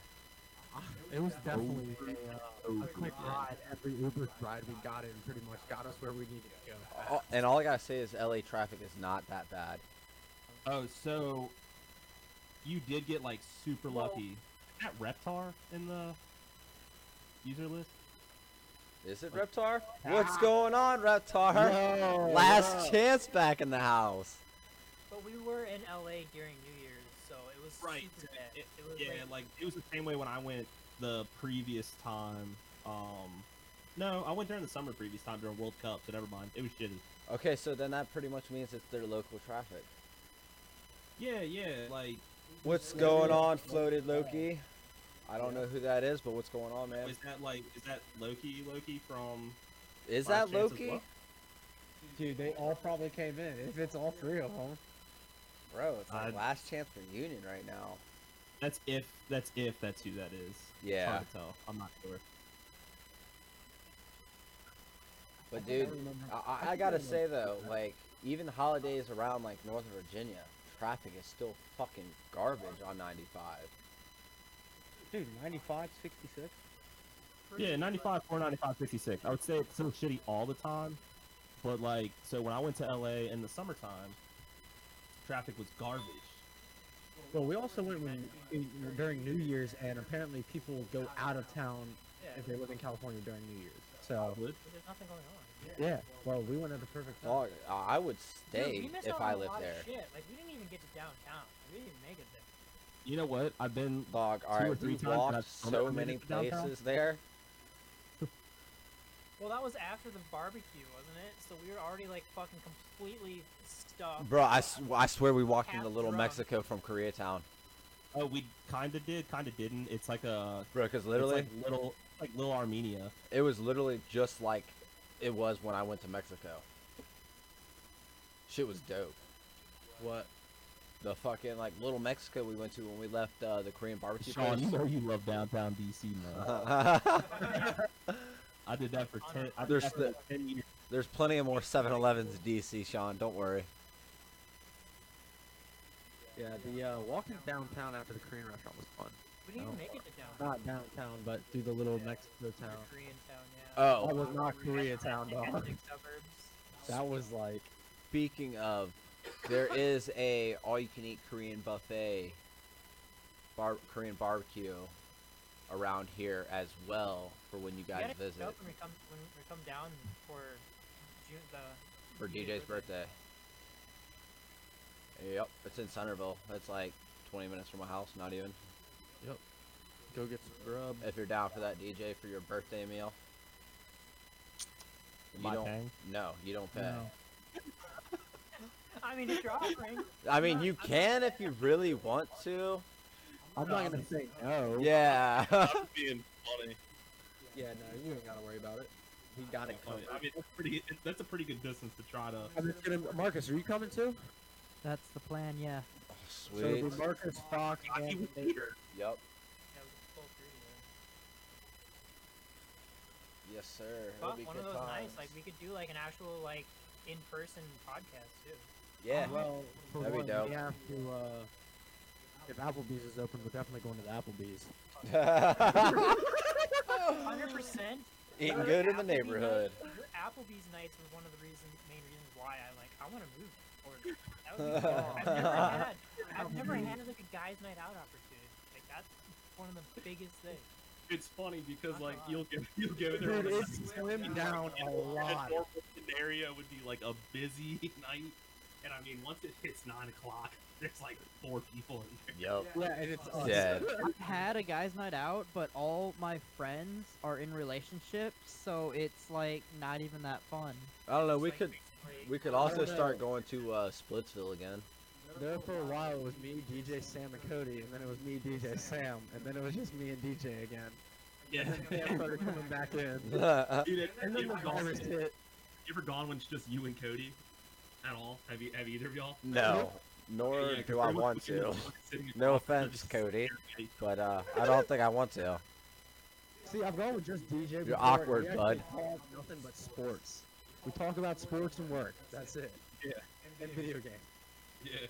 It was definitely a, uh, a quick ride. Every Uber ride we got in pretty much got us where we needed to go. Oh, and all I gotta say is LA traffic is not that bad. Oh, so you did get like super Well- lucky. Is that Reptar in the user list? Is it Reptar? What's going on, Reptar? Last chance back in the house. But we were in LA during New Year's, so it was Right, super bad. it- was Yeah, like, like it was the same way when I went the previous time. Um, no, I went during the summer previous time during World Cup, so never mind. It was shitty. Okay, so then that pretty much means it's their local traffic. Yeah, yeah, like What's going on, floated Loki? I don't know who that is, but what's going on, man? is that like is that Loki Loki from Is Last that Chance as Loki? well? Dude, they all probably came in. If it's all three of them. Bro, it's like Uh, last chance reunion right now. That's if that's if that's who that is. It's Yeah, hard to tell. I'm not sure. but dude, I, I, I gotta say though, like even holidays around like Northern Virginia, traffic is still fucking garbage on 95. Dude, 95, 66. Yeah, 95, 495, 66. I would say it's still shitty all the time, but like, so when I went to LA in the summertime, traffic was garbage. Well, we also went when, in- during New Year's, and apparently people go out of town yeah, if they live in California during New Year's. Oh. So, Would- there's nothing going on. yeah. Well, we went at the perfect time. Dog, I I would Dude, stay we missed if out I on a lived lot of there. Shit. Like we didn't even get to downtown. Like, we didn't even make it there. You know what? I've been Dog, or alright, three we've times that walked I've so never made many it to downtown. places there. Well, that was after the barbecue, wasn't it? So we were already like fucking completely stuffed. Bro, I, s- I swear we walked into Half Little drunk. Mexico from Koreatown. Oh, we kind of did, kind of didn't. It's like a Bro, because it's literally, like little, like little Armenia. it was literally just like it was when I went to Mexico. Shit was dope. What? the fucking like little Mexico we went to when we left uh, the Korean barbecue Sean, you place. know you love downtown DC, man. Uh-huh. I did that for ten. I did There's that for the- like ten years. There's plenty of more 7-Elevens in DC, Sean. Don't worry. Yeah, the uh, walking downtown after the Korean restaurant was fun. We didn't even Oh. make it to downtown. Not downtown, but through the little Mexico Or town. Koreantown, yeah. Um, That Oh, was not Koreatown, dog. Ethnic suburbs. That was like, speaking of, there is a all-you-can-eat Korean buffet, bar- Korean barbecue, around here as well for when you You guys gotta visit Up when we come when we come down for June the for DJ's DJ's birthday. Yep, it's in Centerville. It's like 20 minutes from my house, not even. Go get some grub. if you're down for that DJ for your birthday meal. You My don't. thing. No, you don't pay. No. I mean, if you're offering, I mean, you can if you really want to. I'm not Um, gonna say no. Yeah. I'm being funny. Yeah, no, you ain't gotta worry about it. He got it funny. covered. I mean, that's pretty. That's a pretty good distance to try to. I'm just gonna, Marcus, are you coming too? That's the plan, yeah. So it'll Sweet. be Marcus Fox. Rocky and with they- Peter. Yep. yeah, we could pull through there. Yes, sir. It'll Fuck, be one of those good times. nights. Like we could do like an actual like in-person podcast too. yeah. Well, for That'd be one, we dope. have to, uh, if Applebee's is open, we're definitely going to the Applebee's. Hundred percent. Eating good in the neighborhood. Your Applebee's nights were one of the reasons, main reasons why I like I want to move. to Florida. That would be cool. I've never had. I've never had like a guys' night out opportunity. Like that's one of the biggest things. It's funny because That's like a you'll give you'll give it. Dude, everyone a- it's slimmed down in a a lot. normal scenario would be like a busy night, and I mean, once it hits nine o'clock, there's like four people in there. Yep. Yeah, and it's us. Dead. I've had a guys' night out, but all my friends are in relationships, so it's like not even that fun. I don't know. It's, We like, could basically- we could I also don't know. start going to uh, Splitsville again. There for a while it was me, DJ, Sam, and Cody, and then it was me, DJ, Sam, and then it was just me and DJ again. Yeah. And then they all started coming back in. Dude, it, And then it the was awesome. virus hit. You ever gone when it's just you and Cody at all? Have you have either of y'all? no, nor Yeah, 'cause do I everyone's want looking to. at you, sitting No across, and they're offense, just Cody, staring at you. but uh, I don't think I want to. See, I've gone with just DJ. before, and we awkward, actually bud. talk Nothing but sports. We talk about sports and work. That's it. Yeah. And video games. Yeah,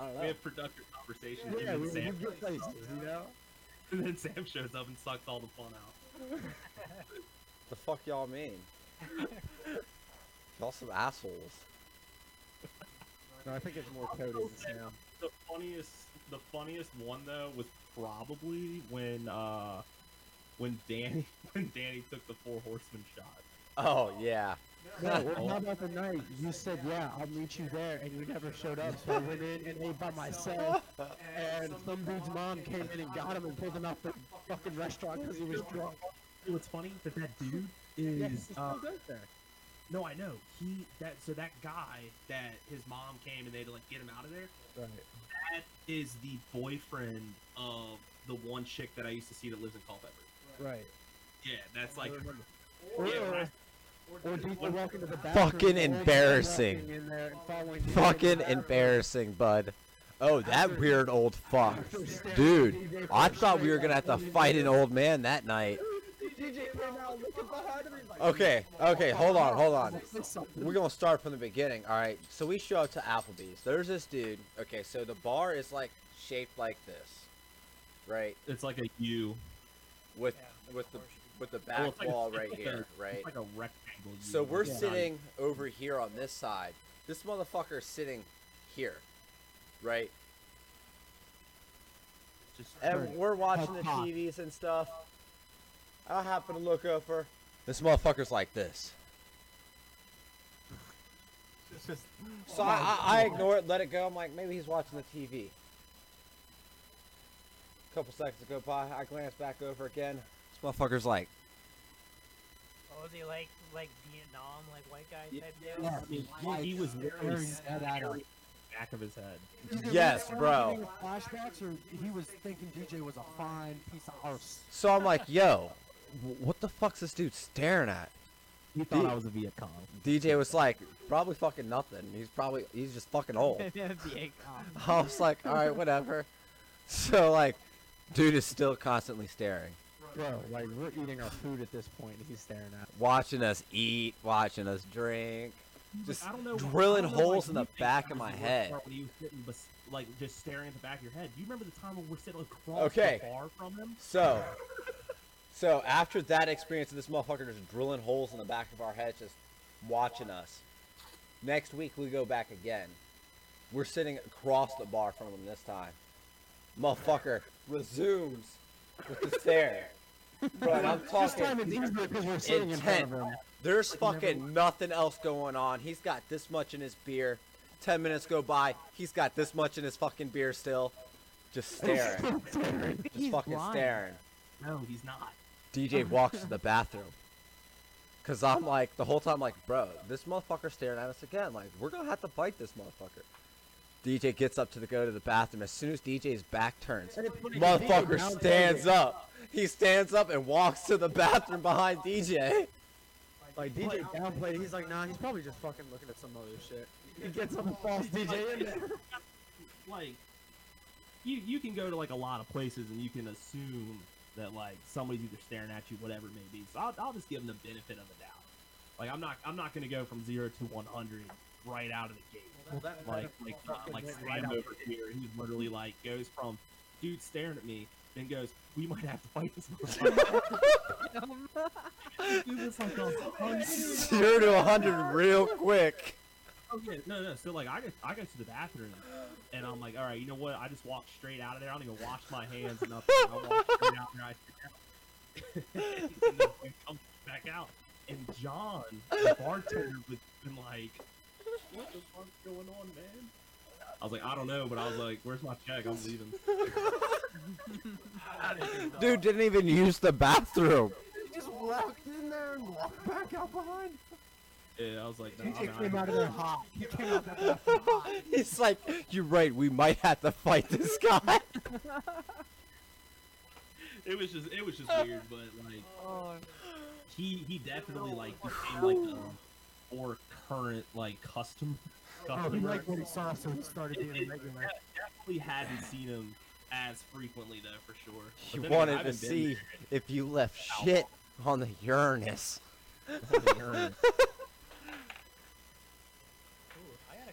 I don't we know. have productive conversations. Yeah, and, we, then we Sam, get places, you know. and then Sam shows up and sucks all the fun out. The fuck y'all mean? y'all some assholes. No, I think it's more Cody than Sam. The funniest, the funniest one though was probably when uh, when Danny when Danny took the four horsemen shot. Oh yeah. No, well, how about the night you said, "Yeah, I'll meet you there," and you never showed up, so I went in and ate by myself. And some dude's mom came in and got him and pulled him out the fucking restaurant because he was drunk. You know what's funny? That that dude is. Yeah, he's still uh, out there. No, I know. He that so that guy that his mom came and they had to like get him out of there. Right. That is the boyfriend of the one chick that I used to see that lives in Culpeper. Right. Yeah, that's like. Or, Yeah, when I- or people walking to the bathroom. Fucking and walking embarrassing. in there and following people in the Fucking bathroom. embarrassing, bud. Oh, that After- weird old fuck, After staring at dude. DJ for I thought we straight were gonna have to fight an old man that night. DJ came out looking behind him. He's like, Okay, okay, hold on, hold on. "Say something." We're gonna start from the beginning. All right. So we show up to Applebee's. There's this dude. Okay. So the bar is like shaped like this, right? It's like a U. With Yeah, of with the course. with the Well, back it's like a- wall it's right like a- here, right? It's like a rectangle. U. So we're Yeah. sitting over here on this side. This motherfucker's sitting here, right? Just And we're watching the Hot. TVs and stuff. I happen to look over. This motherfucker's like this. So I, I, I ignore it, let it go. I'm like, maybe he's watching the TV. A couple seconds go by. I glance back over again. This motherfucker's like, Oh, is he like like Vietnam, like white guy Yeah, type Yeah, deal? I mean, he, he was Or literally he's dead at him. back of his head. Either Yes, we were bro. getting Flashbacks, or he was thinking DJ was a fine piece of arse. so I'm like, yo, wh- what the fuck's this dude staring at? He thought I was a Viet Cong. DJ was like, probably fucking nothing. He's probably he's just fucking old. Vietnam. I was like, all right, whatever. So like, dude is still constantly staring, Bro, like we're eating our food at this point, and he's staring at. watching us eat, watching us drink. Just I don't know, drilling I don't know, holes like, in the you think back that of was my the worst head. part When he was sitting, bes- like just staring at the back of your head. Do you remember the time when we're sitting across Okay. the bar from him? So, so after that experience of this motherfucker just drilling holes in the back of our heads, just watching us. Next week we go back again. We're sitting across the bar from him this time. Motherfucker resumes with the stare. But I'm This talking time it's easier because we're sitting in front of him. There's fucking nothing else going on. He's got this much in his beer. Ten minutes go by. He's got this much in his fucking beer still. Just staring. Just He's fucking blind. staring. No, he's not. DJ walks to the bathroom. Cause I'm like the whole time like, bro, this motherfucker's staring at us again. Like, we're gonna have to fight this motherfucker. DJ gets up to the go to the bathroom. As soon as DJ's back turns, motherfucker stands up. He stands up and walks to the bathroom behind DJ. Like DJ downplayed. it. He's like, nah, he's probably just fucking looking at some other shit. He gets up and falls DJ in there. Like, you you can go to like a lot of places and you can assume that like somebody's either staring at you, whatever it may be. So I'll, I'll just give them the benefit of the doubt. Like I'm not I'm not gonna go from zero to one hundred right out of the gate. Well, that- that like like uh, fucking like went right slammed over here, and he literally like goes from dude staring at me, then goes, "We might have to fight this." motherfucker." Dude was like a hundred- Zero to hundred real quick. Oh yeah, no, no. So like, I go, I go to the bathroom, and I'm like, all right, you know what? I just walk straight out of there. I don't even wash my hands and nothing. I walk straight out there. I sit down. and then he comes back out, and John, the bartender, was been like, "What the fuck's going on, man?" I was like, I don't know, but I was like, "Where's my check? I'm leaving." Dude didn't even use the bathroom. He just walked in there and walked back out behind. Yeah, I was like, nah, DJ Oh, I'm came outta out of there hot. He came out of there He's like, you're right. We might have to fight this guy. here." It was just, it was just weird, but like, Oh, he he definitely like became like a more current like custom. Oh, customer. he liked what he saw, so he started being a regular. definitely hadn't seen him as frequently though, for sure. He But then again, I wanted to haven't been see if you left shit on the Uranus. Ooh, I gotta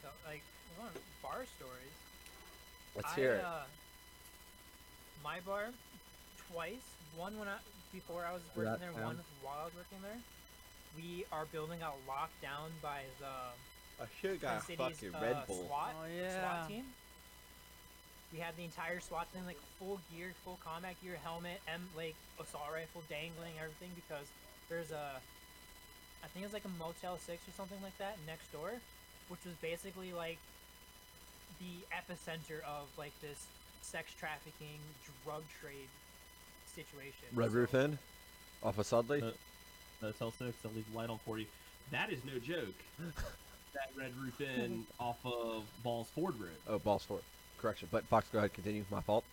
go. Like, we want bar stories. Let's I, hear it. Uh, my bar, twice. One when I before I was working there. One while I was working there. We our building got locked down by the I should Twin Cities uh, SWAT, Oh SWAT yeah. team. We had the entire SWAT team like full gear, full combat gear, helmet, M like assault rifle dangling, everything because there's a I think it's like a Motel Six or something like that next door, which was basically like the epicenter of like this sex trafficking, drug trade situation. Red So- Roof Inn? Off of Sudley? Uh, Motel Six. I'll leave the light on for you. That is no joke. that Red Roof Inn off of Balls Ford Road. oh, Balls Fort. Correction. But Fox, go ahead. Continue. My fault.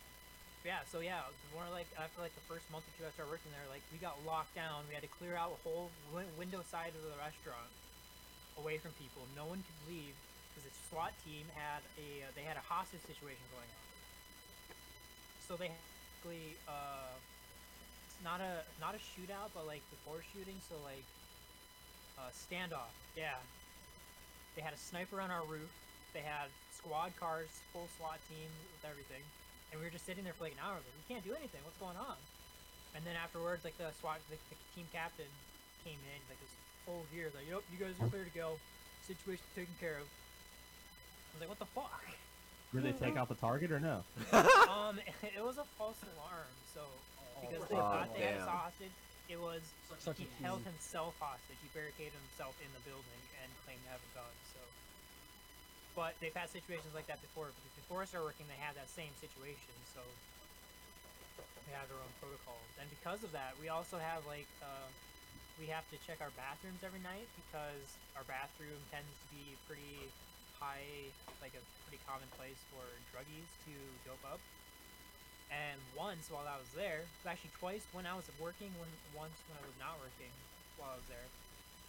Yeah, so yeah, more like after like the first month or two I started working there, like we got locked down. We had to clear out a whole win- window side of the restaurant away from people. No one could leave because the SWAT team had a they had a hostage situation going on. So they basically uh, it's not a not a shootout, but like before shooting, so like uh, standoff. Yeah, they had a sniper on our roof. They had squad cars, full SWAT team with everything and we were just sitting there for like an hour. Like, we can't do anything. What's going on? And then afterwards, like the SWAT, the, the team captain came in, like this full gear, like, "Yep, you guys are clear to go. Situation taken care of." I was like, "What the fuck?" Did they take out the target or no? um, it, was a false alarm, so because they Oh, thought they had damn. us hostage, it was Such he a held himself hostage. He barricaded himself in the building and claimed to have a gun. So, but they've had situations like that before. Because before I started working, they had that same situation. So they have their own protocols, and because of that, we also have like uh, we have to check our bathrooms every night because our bathroom tends to be pretty high, like a pretty common place for druggies to dope up. And once while I was there, actually twice when I was working, when once when I was not working while I was there,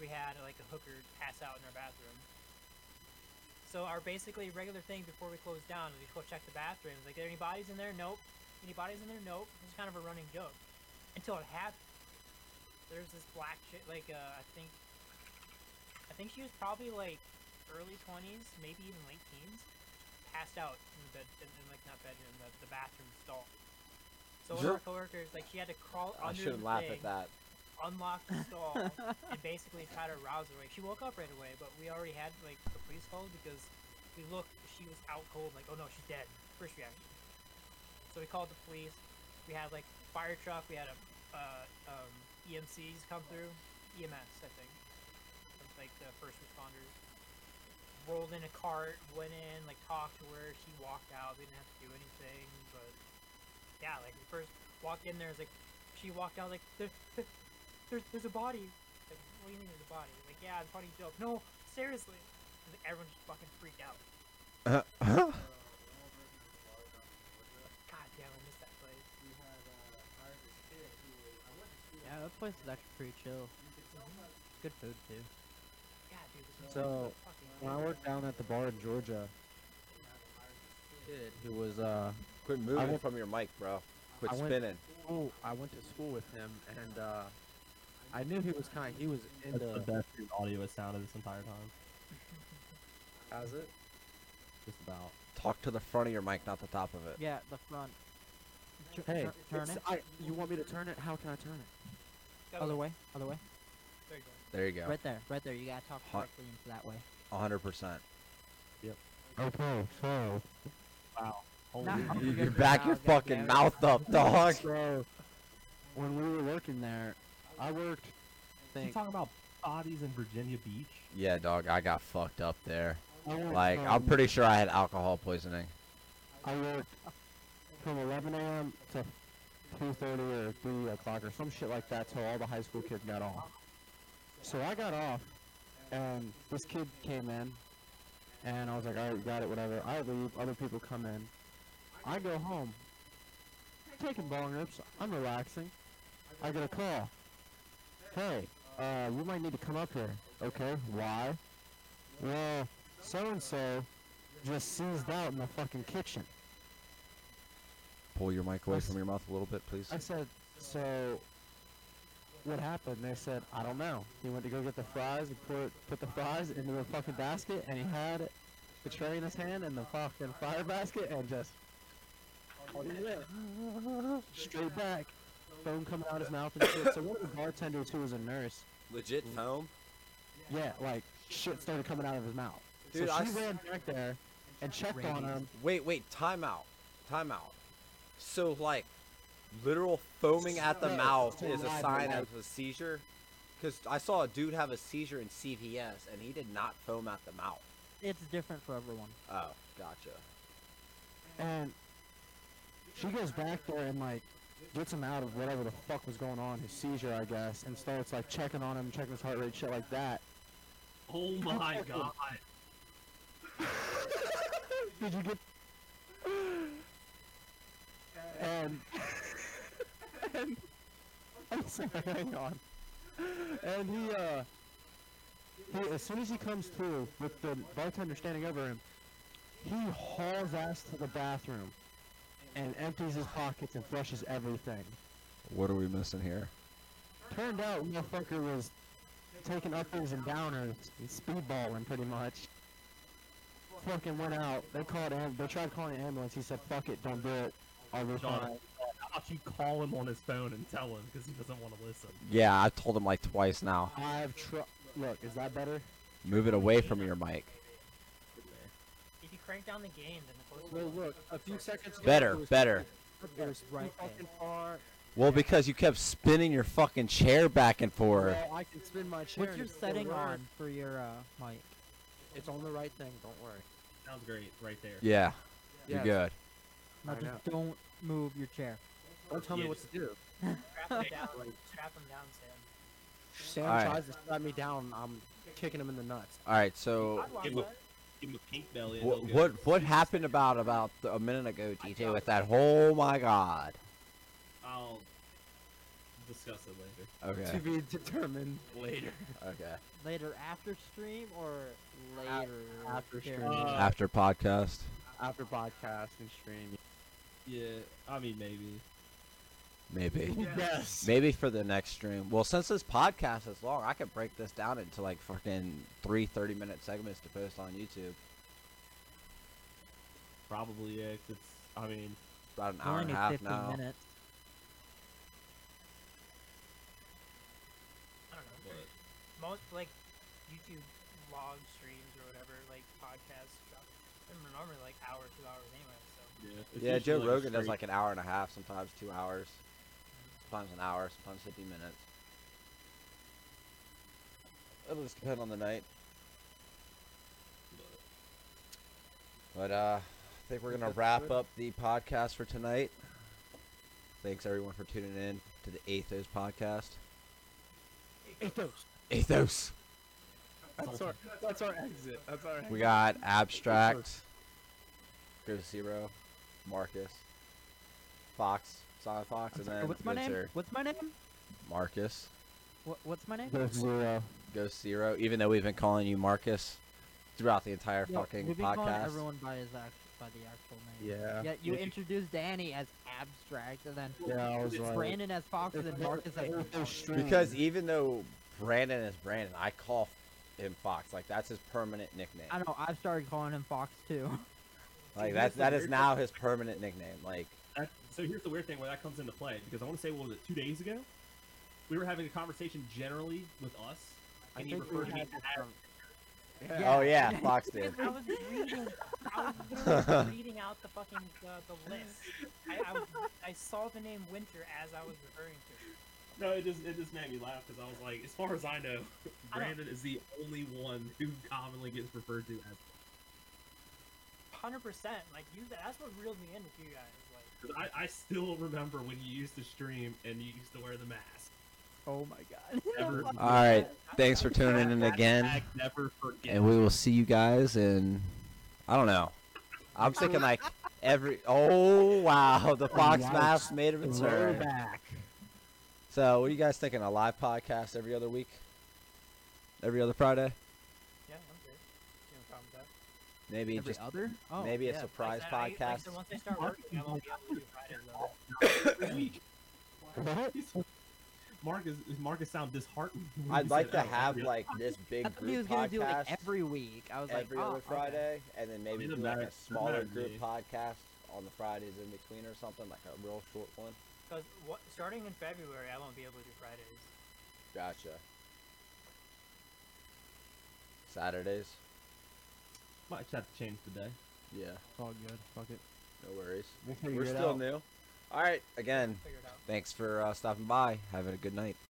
we had like a hooker pass out in our bathroom. So our basically regular thing before we close down is we go check the bathrooms. Like, are there any bodies in there? Nope. Any bodies in there? Nope. It's kind of a running joke until it happened. There's this black chick, like uh, I think, I think she was probably like early twenties, maybe even late teens passed out in the bed, in, in like not bedroom, the, the bathroom stall. So one of our coworkers, like, she had to crawl I under shouldn't the laugh thing, at that. unlock the stall, and basically try to rouse her. Like, she woke up right away, but we already had like the police called because we looked, she was out cold. Like, oh no, she's dead. First reaction. So we called the police. We had like fire truck. We had a uh, um, E EMCs come through, EMS I think, like the first responders rolled in a cart, went in, like talked to her. She walked out. We didn't have to do anything, but yeah, like we first walked in there. It's like she walked out. Like there, there, there's there's a body. Like what do you mean there's a body? Like yeah, funny joke. No, seriously. And everyone just fucking freaked out. Uh, God damn, I missed that place. Yeah, that place is actually pretty chill. Good food too. Yeah, dude. This was So, fucking When I worked down at the bar in Georgia, kid who was uh Quit moving went- from your mic, bro. Quit I went- spinning. oh I went to school with him and uh I knew he was kind he was That's the into best audio it sounded this entire time. how's it? Just about. Talk to the front of your mic, not the top of it. Yeah, the front. Tur- Hey, tur- turn it's- it. I, you want me to turn it? How can I turn it? that Other was- way. Other way. there you go. There you go. Right there. Right there. You gotta talk Hot. directly into that way. hundred percent. Okay, so Holy Nah. shit. Oh, You, good you for back now, your God fucking damn it. mouth up, dog. So, when we were working there, I worked. You Think, talking about bodies in Virginia Beach? Yeah, dog. I got fucked up there. I worked Like, I'm from- pretty sure I had alcohol poisoning. I worked from 11 a.m. to 2:30 or 3 o'clock or some shit like that till all the high school kids got off. So I got off, and this kid came in, and I was like, "All right, got it, whatever." I leave. Other people come in. I go home. Taking bong rips. I'm relaxing. I get a call. Hey, uh, you might need to come up here. Okay, why? Well, so and so just seized out in the fucking kitchen. Pull your mic away That's- from your mouth a little bit, please. I said, so what happened? They said, I don't know. He went to go get the fries and put put the fries into the fucking basket, and he had the tray in his hand and the fucking fire basket, and just on he went. straight back, foam coming out his mouth and shit. So one of the bartenders who was a nurse, Legit Mm. foam, yeah, like shit started coming out of his mouth. Dude, so I she s- ran back there and checked on him. Wait, wait. Time out. Time out. So like, literal foaming at the No, mouth it's is a alive, sign alive. of a seizure. Cause I saw a dude have a seizure in CVS and he did not foam at the mouth. It's different for everyone. Oh, gotcha. And she goes back there and like gets him out of whatever the fuck was going on, his seizure, I guess, and starts like checking on him, checking his heart rate, shit like that. Oh my fucking- god. Did you get? And, and I'm sorry, hang on. And he, uh, he, as soon as he comes through with the bartender standing over him, he hauls ass to the bathroom and empties his pockets and flushes everything. What are we missing here? Turned out motherfucker was taking uppers and downers and speedballing pretty much. Fucking went out. They called am- they tried calling an ambulance. He said, fuck it, don't do it. I'll be John, fine. I'll keep call him on his phone and tell him because he doesn't want to listen. Yeah, I've told him like twice now. I've tr- look, is that better? Move it away from your mic. If you crank down the game, then the closer. Well you look, a few seconds ago Better, it was better. It was right right there. fucking far. Well, because you kept spinning your fucking chair back and forth. Well, I can spin my chair. What's and your it still setting works. on for your uh, mic? It's on the right thing, don't worry. Sounds great right there. Yeah, Yes. you're good. No, I know. just don't move your chair. Don't tell Yeah. me what to do. strap them down, strap them down, Sam. Sam Alright. tries to slap me down, I'm kicking him in the nuts. All right, so I'd watch Give him that. Give him a pink belly. And what he'll go, what, what happened about about a minute ago, DJ, with that? Oh my God. I'll discuss it later. Okay. To be determined. Later. Okay. Later after stream or later after during stream. it? Uh, After podcast. after podcast and stream. Yeah, I mean maybe. Maybe. Yes. Maybe for the next stream. Well, since this podcast is long, I could break this down into like fucking three 30 minute segments to post on YouTube. Probably yeah. 'cause it's. I mean, About an We hour and only a need half 15 now. minutes. I don't know. but Most like YouTube log streams or whatever, like podcasts, stuff, they're normally like hour, two hours anyway. So yeah. it's Yeah, usually, Joe like, Rogan does straight- like an hour and a half, sometimes two hours, sometimes an hour, sometimes 50 minutes. It'll just depend on the night. but- But uh, I think we're gonna wrap up the podcast for tonight. Thanks everyone for tuning in to the Athos podcast. Oh, Athos. Athos. That's our, that's our exit. That's our exit. We got abstract. Go to zero. Marcus. Fox. Silent Fox, and Sorry, then what's my name? Vincer. What's my name? Marcus. What, what's my name? Go zero. Go zero. Even though we've been calling you Marcus throughout the entire Yeah, fucking we've been podcast. calling everyone by his act by the actual name. Yeah. Yeah, you introduced Danny as abstract, and then Yeah, I was like. Brandon as Fox, and then Marcus as Fox. Because even though Brandon is Brandon, I call him Fox. Like that's his permanent nickname. I know I've started calling him Fox too. Like that's that is now his permanent nickname. Like That, so here's the weird thing where that comes into play because I want to say, what was it, two days ago? We were having a conversation generally with us, and he think we referred to me as oh yeah, Fox did. I was reading, I was literally reading out the fucking uh, the list. I, I, was, I saw the name Winter as I was referring to. it. No, it just it just made me laugh because I was like, as far as I know, I don't- Brandon is the only one who commonly gets referred to as. Hundred percent. Like you, that's what reeled me in with you guys. Like 'cause I, I still remember when you used to stream and you used to wear the mask. Oh my god. Never, All right, thanks for tuning in again, hashtag never forget. and we will see you guys in. I don't know. I'm thinking like every. Oh wow, the Fox Yikes. mask made a return. Throwback. So what are you guys thinking? A live podcast every other week, every other Friday, yeah, I'm good. You know, problem with that. maybe Every just other? Oh, maybe a yeah. surprise Like, I- like, podcast. so once I start working, I won't be able to do Fridays though. What? Marcus Marcus sound disheartened. when you I'd like to said that. have like this big I thought he was group gonna do like podcast every week. I was like, every oh, other okay. Friday, and then maybe do Doesn't like matter- a doesn't smaller matter to group me. podcast on the Fridays in between or something, like a real short one. Because what, starting in February, I won't be able to do Fridays. Gotcha. Saturdays. Might just have to change the day. Yeah, All good. Fuck it. no worries. We'll figure We're it still out. new. All right, again, Figure it out. thanks for uh, stopping by. Having a good night.